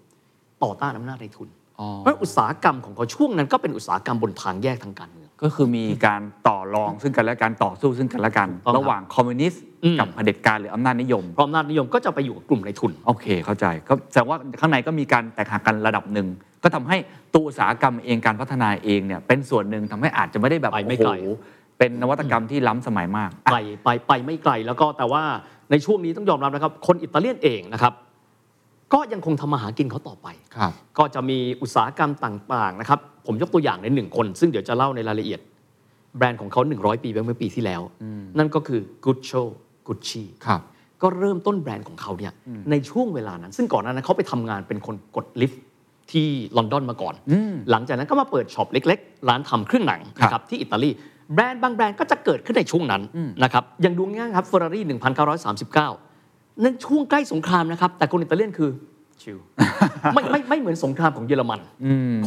ต่อต้านอำนาจในทุน
อ๋อ
เพราะฉะนั้นอุตสาหกรรมของเขาช่วงนั้นก็เป็นอุตสาหกรรมบนทางแยกทางการเมือง
ก็คือมีการต่อรองซึ่งกันและการต่อสู้ซึ่งกันและกัน
ต้องครับ
ระหว่างคอมมิวนิสต์
อืม
กับเผด็จการหรืออำนาจนิยม
เพราะอำนาจนิยมก็จะไปอยู่กับกลุ่มในทุน
โอเคเข้าใจก็แสดงว่าข้างในก็มีการแตกหักกันระดับหนึ่ง ก็ทำให้ตัวอุตสาหกรรมเองการพัฒนาเองเนี่ยเป็นส่วนหนึ่งทำให้อาจจะไม่ได้แบบ
ไปไม่
โอ้โห
ไกล
เป็นนวัตกรรมที่ล้ำสมัยมาก
ไปไปไปไม่ไกลแล้วก็แต่ว่าในช่วงนี้ต้องยอมรับนะครับ คนอิตาเลียนเองนะครับ ก็ยังคงทำมาหากินเขาต่อไป
ครับ
ก็จะมีอุตสาหกรรมต่างๆนะครับ ผมยกตัวอย่างในหนึ่งคน ซึ่งเดี๋ยวจะเล่าในรายละเอียด แบรนด์ของเขา 100 ปีไปเมื่อปีที่แล้ว นั่นก็คือ Guccio Gucci
ครับ
ก็เริ่มต้นแบรนด์ของเขาเนี่ยในช่วงเวลานั้น ซึ่งก่อนหน้านั้นเขาไปทำงานเป็นคนกดลิฟต์ที่ลอนดอนมาก่อน หลังจากนั้นก็มาเปิดช็อปเล็ก ๆ ร้านทำเครื่องหนัง
ครับ
นะครับที่อิตาลีแบรนด์บางแบรนด์ก็จะเกิดขึ้นในช่วงนั้นนะครับอย่างดูง่ายๆครับเฟอร์รารี่1939 นั่นช่วงใกล้สงครามนะครับ แต่คนอิตาเลียนคือชิล ไม่ไม่ไม่เหมือนสงครามของเยอรมัน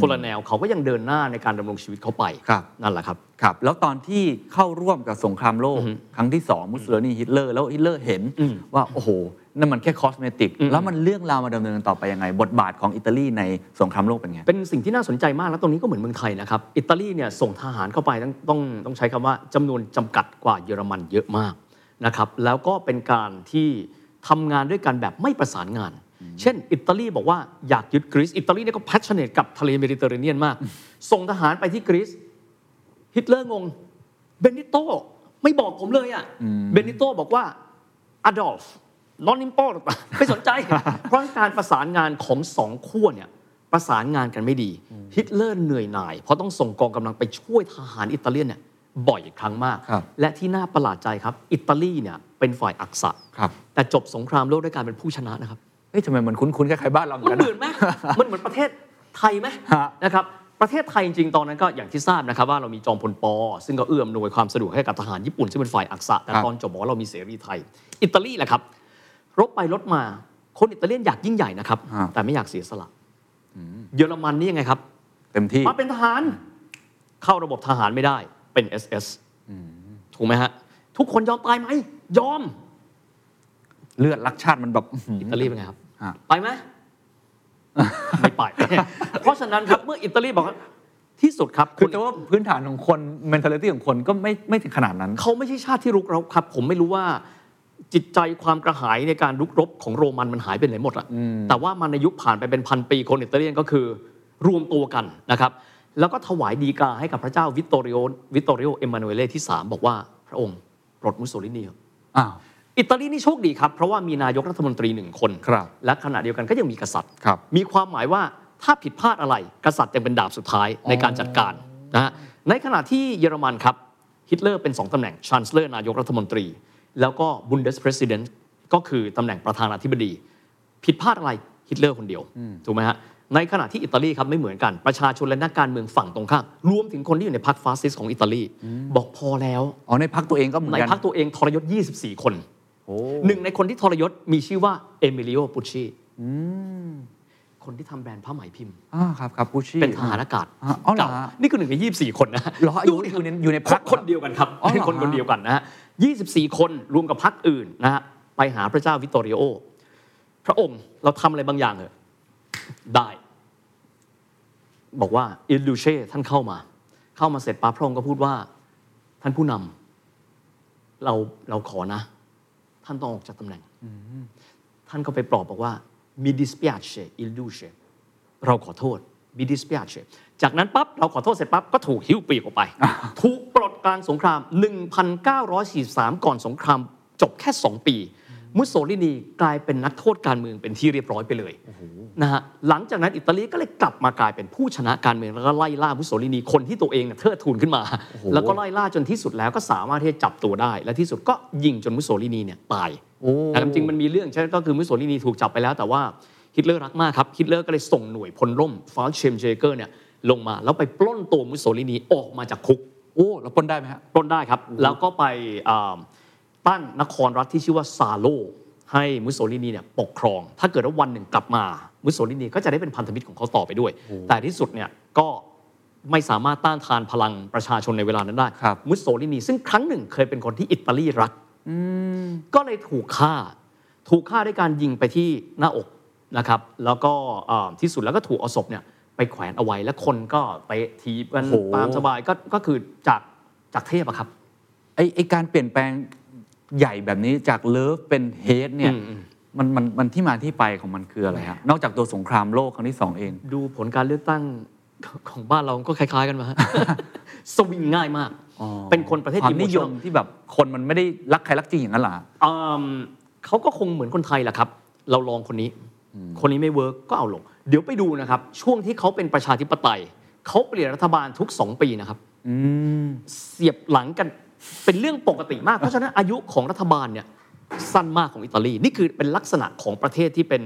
คนละแนวเขาก็ยังเดินหน้าในการดำรงชีวิตเขาไป
ครับ
นั่นแหละครับ
ครับ แล้วตอนที่เข้าร่วมกับสงครามโลก ครั้งที่สองมุสโสลินีฮิตเลอร์ แล้วฮิตเลอร์เห็น
อืม
ว่า โอ้โห นั่นมันแค่คอสเมติก
อืม
แล้วมันเรื่องราวมาดำเนินต่อไปยังไง บทบาทของอิตาลีในสงครามโลกเป็นไง
เป็นสิ่งที่น่าสนใจมากแล้วตรงนี้ก็เหมือนเมืองไทยนะครับ อิตาลีเนี่ยส่งทหารเข้าไปต้องต้องต้องใช้คำว่าจำนวนจำกัดกว่าเยอรมันเยอะมากนะครับแล้วก็เป็นการที่ทำงานด้วยกันแบบไม่ประสานงาน เช่น อิตาลีบอกว่าอยากยึดกรีซอิตาลีเนี่ยก็ passionate กับทะเลเมดิเตอร์เรเนียนมาก ส่งทหารไปที่กรีซ ฮิตเลอร์งง เบนิโตไม่บอกผมเลยอะ่ะ เบนิโตบอกว่าอดอลฟนอนนิมปอ [LAUGHS] ไม่สน
[LAUGHS]
ใจ เพราะการประสานงานของสองขั้วเนี่ยประสานงานกันไม่ดี ฮิตเลอร์เหนื่อยหน่าย เพราะต้องส่งกองกำลังไปช่วยทหารอิตาเลียนเนี่ยบ่อยครั้งมาก
ครับ
และที่น่าประหลาดใจครับ อิตาลีเนี่ยเป็นฝ่ายอักษะ
ครับ
แต่จบสงครามโลกด้วยการเป็นผู้ชนะนะครับ
เฮ้ยทำไมมันคุ้นๆคล้ายๆบ้านเราเหมือน
มั
กัน น
เหมือ
นะ
นไหม มันเหมือนประเทศไทยไหม
ฮะ
นะครับ ประเทศไทยจริงๆ ตอนนั้นก็อย่างที่ทราบนะครับ ว่าเรามีจอมพลปอ ซึ่งก็เอื้ออำนวยความสะดวกให้กับทหารญี่ปุ่น ซึ่งเป็นฝ่ายอักษะ แต่ตอนจบบอกว่าเรามีเสรีไทย อิตาลีแหละครับ รบไปรบมา คนอิตาเลียนอยากยิ่งใหญ่นะครับ แต่ไม่อยากเสียสละ เยอรมันนี่ยังไงครับ
เต็มที่
มาเป็นทหาร เข้าระบบทหารไม่ได้เป็น SS ถูกไหมฮะ ทุกคนยอมตายไหม ยอม
เลือดรักชาติมันแบบ
อิตาลีเป็นไงครับ
ฮะ
ไปไห
[LAUGHS]
ม ไม่ไป [LAUGHS] เพราะฉะนั้นครับเมื่ออิตาลีบอกว่าที่สุดครับ
คือ
ณ
แต่ว่าพื้นฐานของคน mentality ของคนก็ไม่ไม่ถึงขนาดนั้น
เขาไม่ใช่ชาติที่รุกเราครับ ผมไม่รู้ว่าจิตใจความกระหายในการรุกรบของโรมันมันหายไปไหนหมดอะแต่ว่ามันในยุคผ่านไปเป็นพันปีคนอิตาเลียนก็คือรวมตัวกันนะครับ แล้วก็ถวายดีกาให้กับพระเจ้าวิตตอริโอวิตตอริโอเอมมานูเอลที่สามบอกว่าพระองค์ปลดมุสโสลินีเถอะ
อ้าว
อิตาลีนี่โชคดีครับ เพราะว่ามีนายกรัฐมนตรีหนึ่งคน
ครับ
และขณะเดียวกันก็ยังมีกษัตริย์
ครับ
มีความหมายว่าถ้าผิดพลาดอะไร กษัตริย์ยังเป็นดาบสุดท้ายในการจัดการนะฮะในขณะที่เยอรมันครับ ฮิตเลอร์เป็น 2ตำแหน่งช a น c เลอร์นายกรัฐมนตรี แล้วก็บุนเดสเพรสิดเนนก็คือตำแหน่งประธานาธิบดี ผิดพลาดอะไรฮิตเลอร์คนเดียว ถูกไหมฮะ ในขณะที่อิตาลีครับไม่เหมือนกันประชาชนและนักการเมืองฝั่งตรงข้ามรวมถึงคนที่อยู่ในพรรคฟาสซิสต์ของอิตาลีบอกพอแล้ว
อ๋อในพักตัวเองก็เหมือน
ใน
กัน
พรรคตัวเองทรยศ 24 คน
โอ้
หนึ่งในคนที่ทรยศมีชื่อว่าเอมิลิโอปุชชีคนที่ทำแบรนด์ผ้าไหมพิมพ์
อ่าครับครับปูชี
เป็นทหารอากาศ
อ่ะอ๋อเหรอ
เก่านี่คือหนึ่งใน 24 คนนะ
เหรออยู่
ดิ
อยู่ในอยู่ในพรรค
คนเดียวกันครับ
อ๋อเหรอ
เป็นคน
ฮะ
คนเดียวกันนะฮะ24 คนรวมกับพรรคอื่นนะฮะไปหาพระเจ้าวิตตอริโอ พระองค์เราทำอะไรบางอย่างเหรอะได้ บอกว่าอิลูเช่ท่านเข้ามา เข้ามาเสร็จปั๊บพระองค์ก็พูดว่า ท่านผู้นำเราเราขอนะ ท่านต้องออกจากตำแหน่ง ท่านก็ไปปลอบบอกว่ามิดิสเปียเชอิลูเชเราขอโทษมิดิสเปียเชจากนั้นปั๊บเราขอโทษเสร็จปั๊บ ก็ถูกหิ้วปีกออกไป ถูกปลดกลางสงคราม 1943 ก่อนสงครามจบแค่ 2 ปี มุสโสลินีกลายเป็นนักโทษการเมืองเป็นที่เรียบร้อยไปเลยนะฮะหลังจากนั้นอิตาลีก็เลยกลับมากลายเป็นผู้ชนะการเมืองแล้วก็ไล่ล่ามุสโสลินีคนที่ตัวเองเนี่ยเทิดทูนขึ้นมา แล้วก็ไล่ล่าจนที่สุดแล้วก็สามารถที่จะจับตัวได้ และที่สุดก็ยิงจนมุสโสลินีเนี่ยตาย
โอ้
แต่จริงๆมันมีเรื่องใช่ก็คือมุสโสลินีถูกจับไปแล้วแต่ว่าฮิตเลอร์รักมากครับฮิตเลอร์ก็เลยส่งหน่วยพลร่มฟาลเชมเจเกอร์เนี่ยลงมา แล้วไปปล้นตัวมุสโสลินีออกมาจากคุก
โอ้เราปล้นได้ไหมฮะ
ปล้นได้ครับ แล้วก็ไปอ่าตั้งนครรัฐที่ชื่อว่าซาโล ให้มุสโสลินีเนี่ยปกครอง ถ้าเกิดว่าวันหนึ่งกลับมามุสโสลินีก็จะได้เป็นพันธมิตรของเขาต่อไปด้วย แต่ที่สุดเนี่ยก็ไม่สามารถต้านทานพลังประชาชนในเวลานั้นได้
ครับ
มุสโสลินีซึ่งครั้งหนึ่งเคยเป็นคนที่อิตาลีรัก ก็เลยถูกฆ่า ถูกฆ่าด้วยการยิงไปที่หน้าอกนะครับ แล้วก็เอ่อที่สุดแล้วก็ถูกเอาศพเนี่ยไปแขวนเอาไว้ แล้วคนก็ไปทีบกัน
โอ้โห
ตามสบายก็ก็คือจากจากเทพอะครับ
ไอไอการเปลี่ยนแปลงใหญ่แบบนี้จากเลิฟเป็นเฮดเนี่ย
อืมอืม
มันมันมันที่มาที่ไปของมันคืออะไรฮะนอกจากตัวสงครามโลกครั้งที่สองเอง
ดูผลการเลือกตั้ง [LAUGHS] ของของบ้านเราก็คล้าย ๆกันมาฮะ [LAUGHS] สวิงง่ายมาก
อ๋อ
เป็นคนประเทศ
ความนิยมที่แบบคนมันไม่ได้รักใครรักจริงอย่างนั้นเหรอ
อืมเขาก็คงเหมือนคนไทยแหละครับ เราลองคนนี้ คนนี้ไม่เวิร์กก็เอาลง เดี๋ยวไปดูนะครับ ช่วงที่เขาเป็นประชาธิปไตย เขาเปลี่ยนรัฐบาลทุก 2 ปีนะครับเสียบหลังกันเป็นเรื่องปกติมาก เพราะฉะนั้นอายุของรัฐบาลเนี่ยสั้นมากของอิตาลี นี่คือเป็นลักษณะของประเทศที่เป็น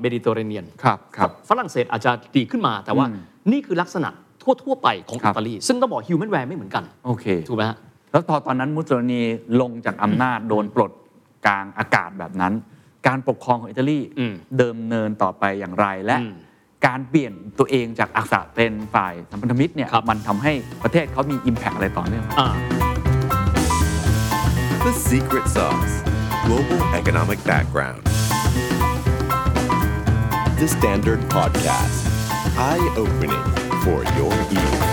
เมดิเตอร์เรเนียน
ครับครับ
ฝรั่งเศสอาจจะดีขึ้นมา แต่ว่า
อืม
นี่คือลักษณะทั่วๆไปของ
ครั
อิ
บ
ตาลี ซึ่งต้องบอกฮิวแมนแวร์ไม่เหมือนกัน
โอเค
ถูกไหมฮะ
แล้วพอตอนนั้นมุสโสลินีลงจากอำนาจโดนปลดกลางอากาศแบบนั้น การปกครองของอิตาลี
อืม
เดิมเนินต่อไปอย่างไรและ
อืม
การเปลี่ยนตัวเองจากอักษะเป็นฝ่ายสัมพันธมิตรเนี่ย
ครับ
มันทำให้ประเทศเขามี Impact อะไรต่อเนื่อง
อ่า
The Secret Sauce Global Economic Background. The Standard Podcast. Eye opening for your ears.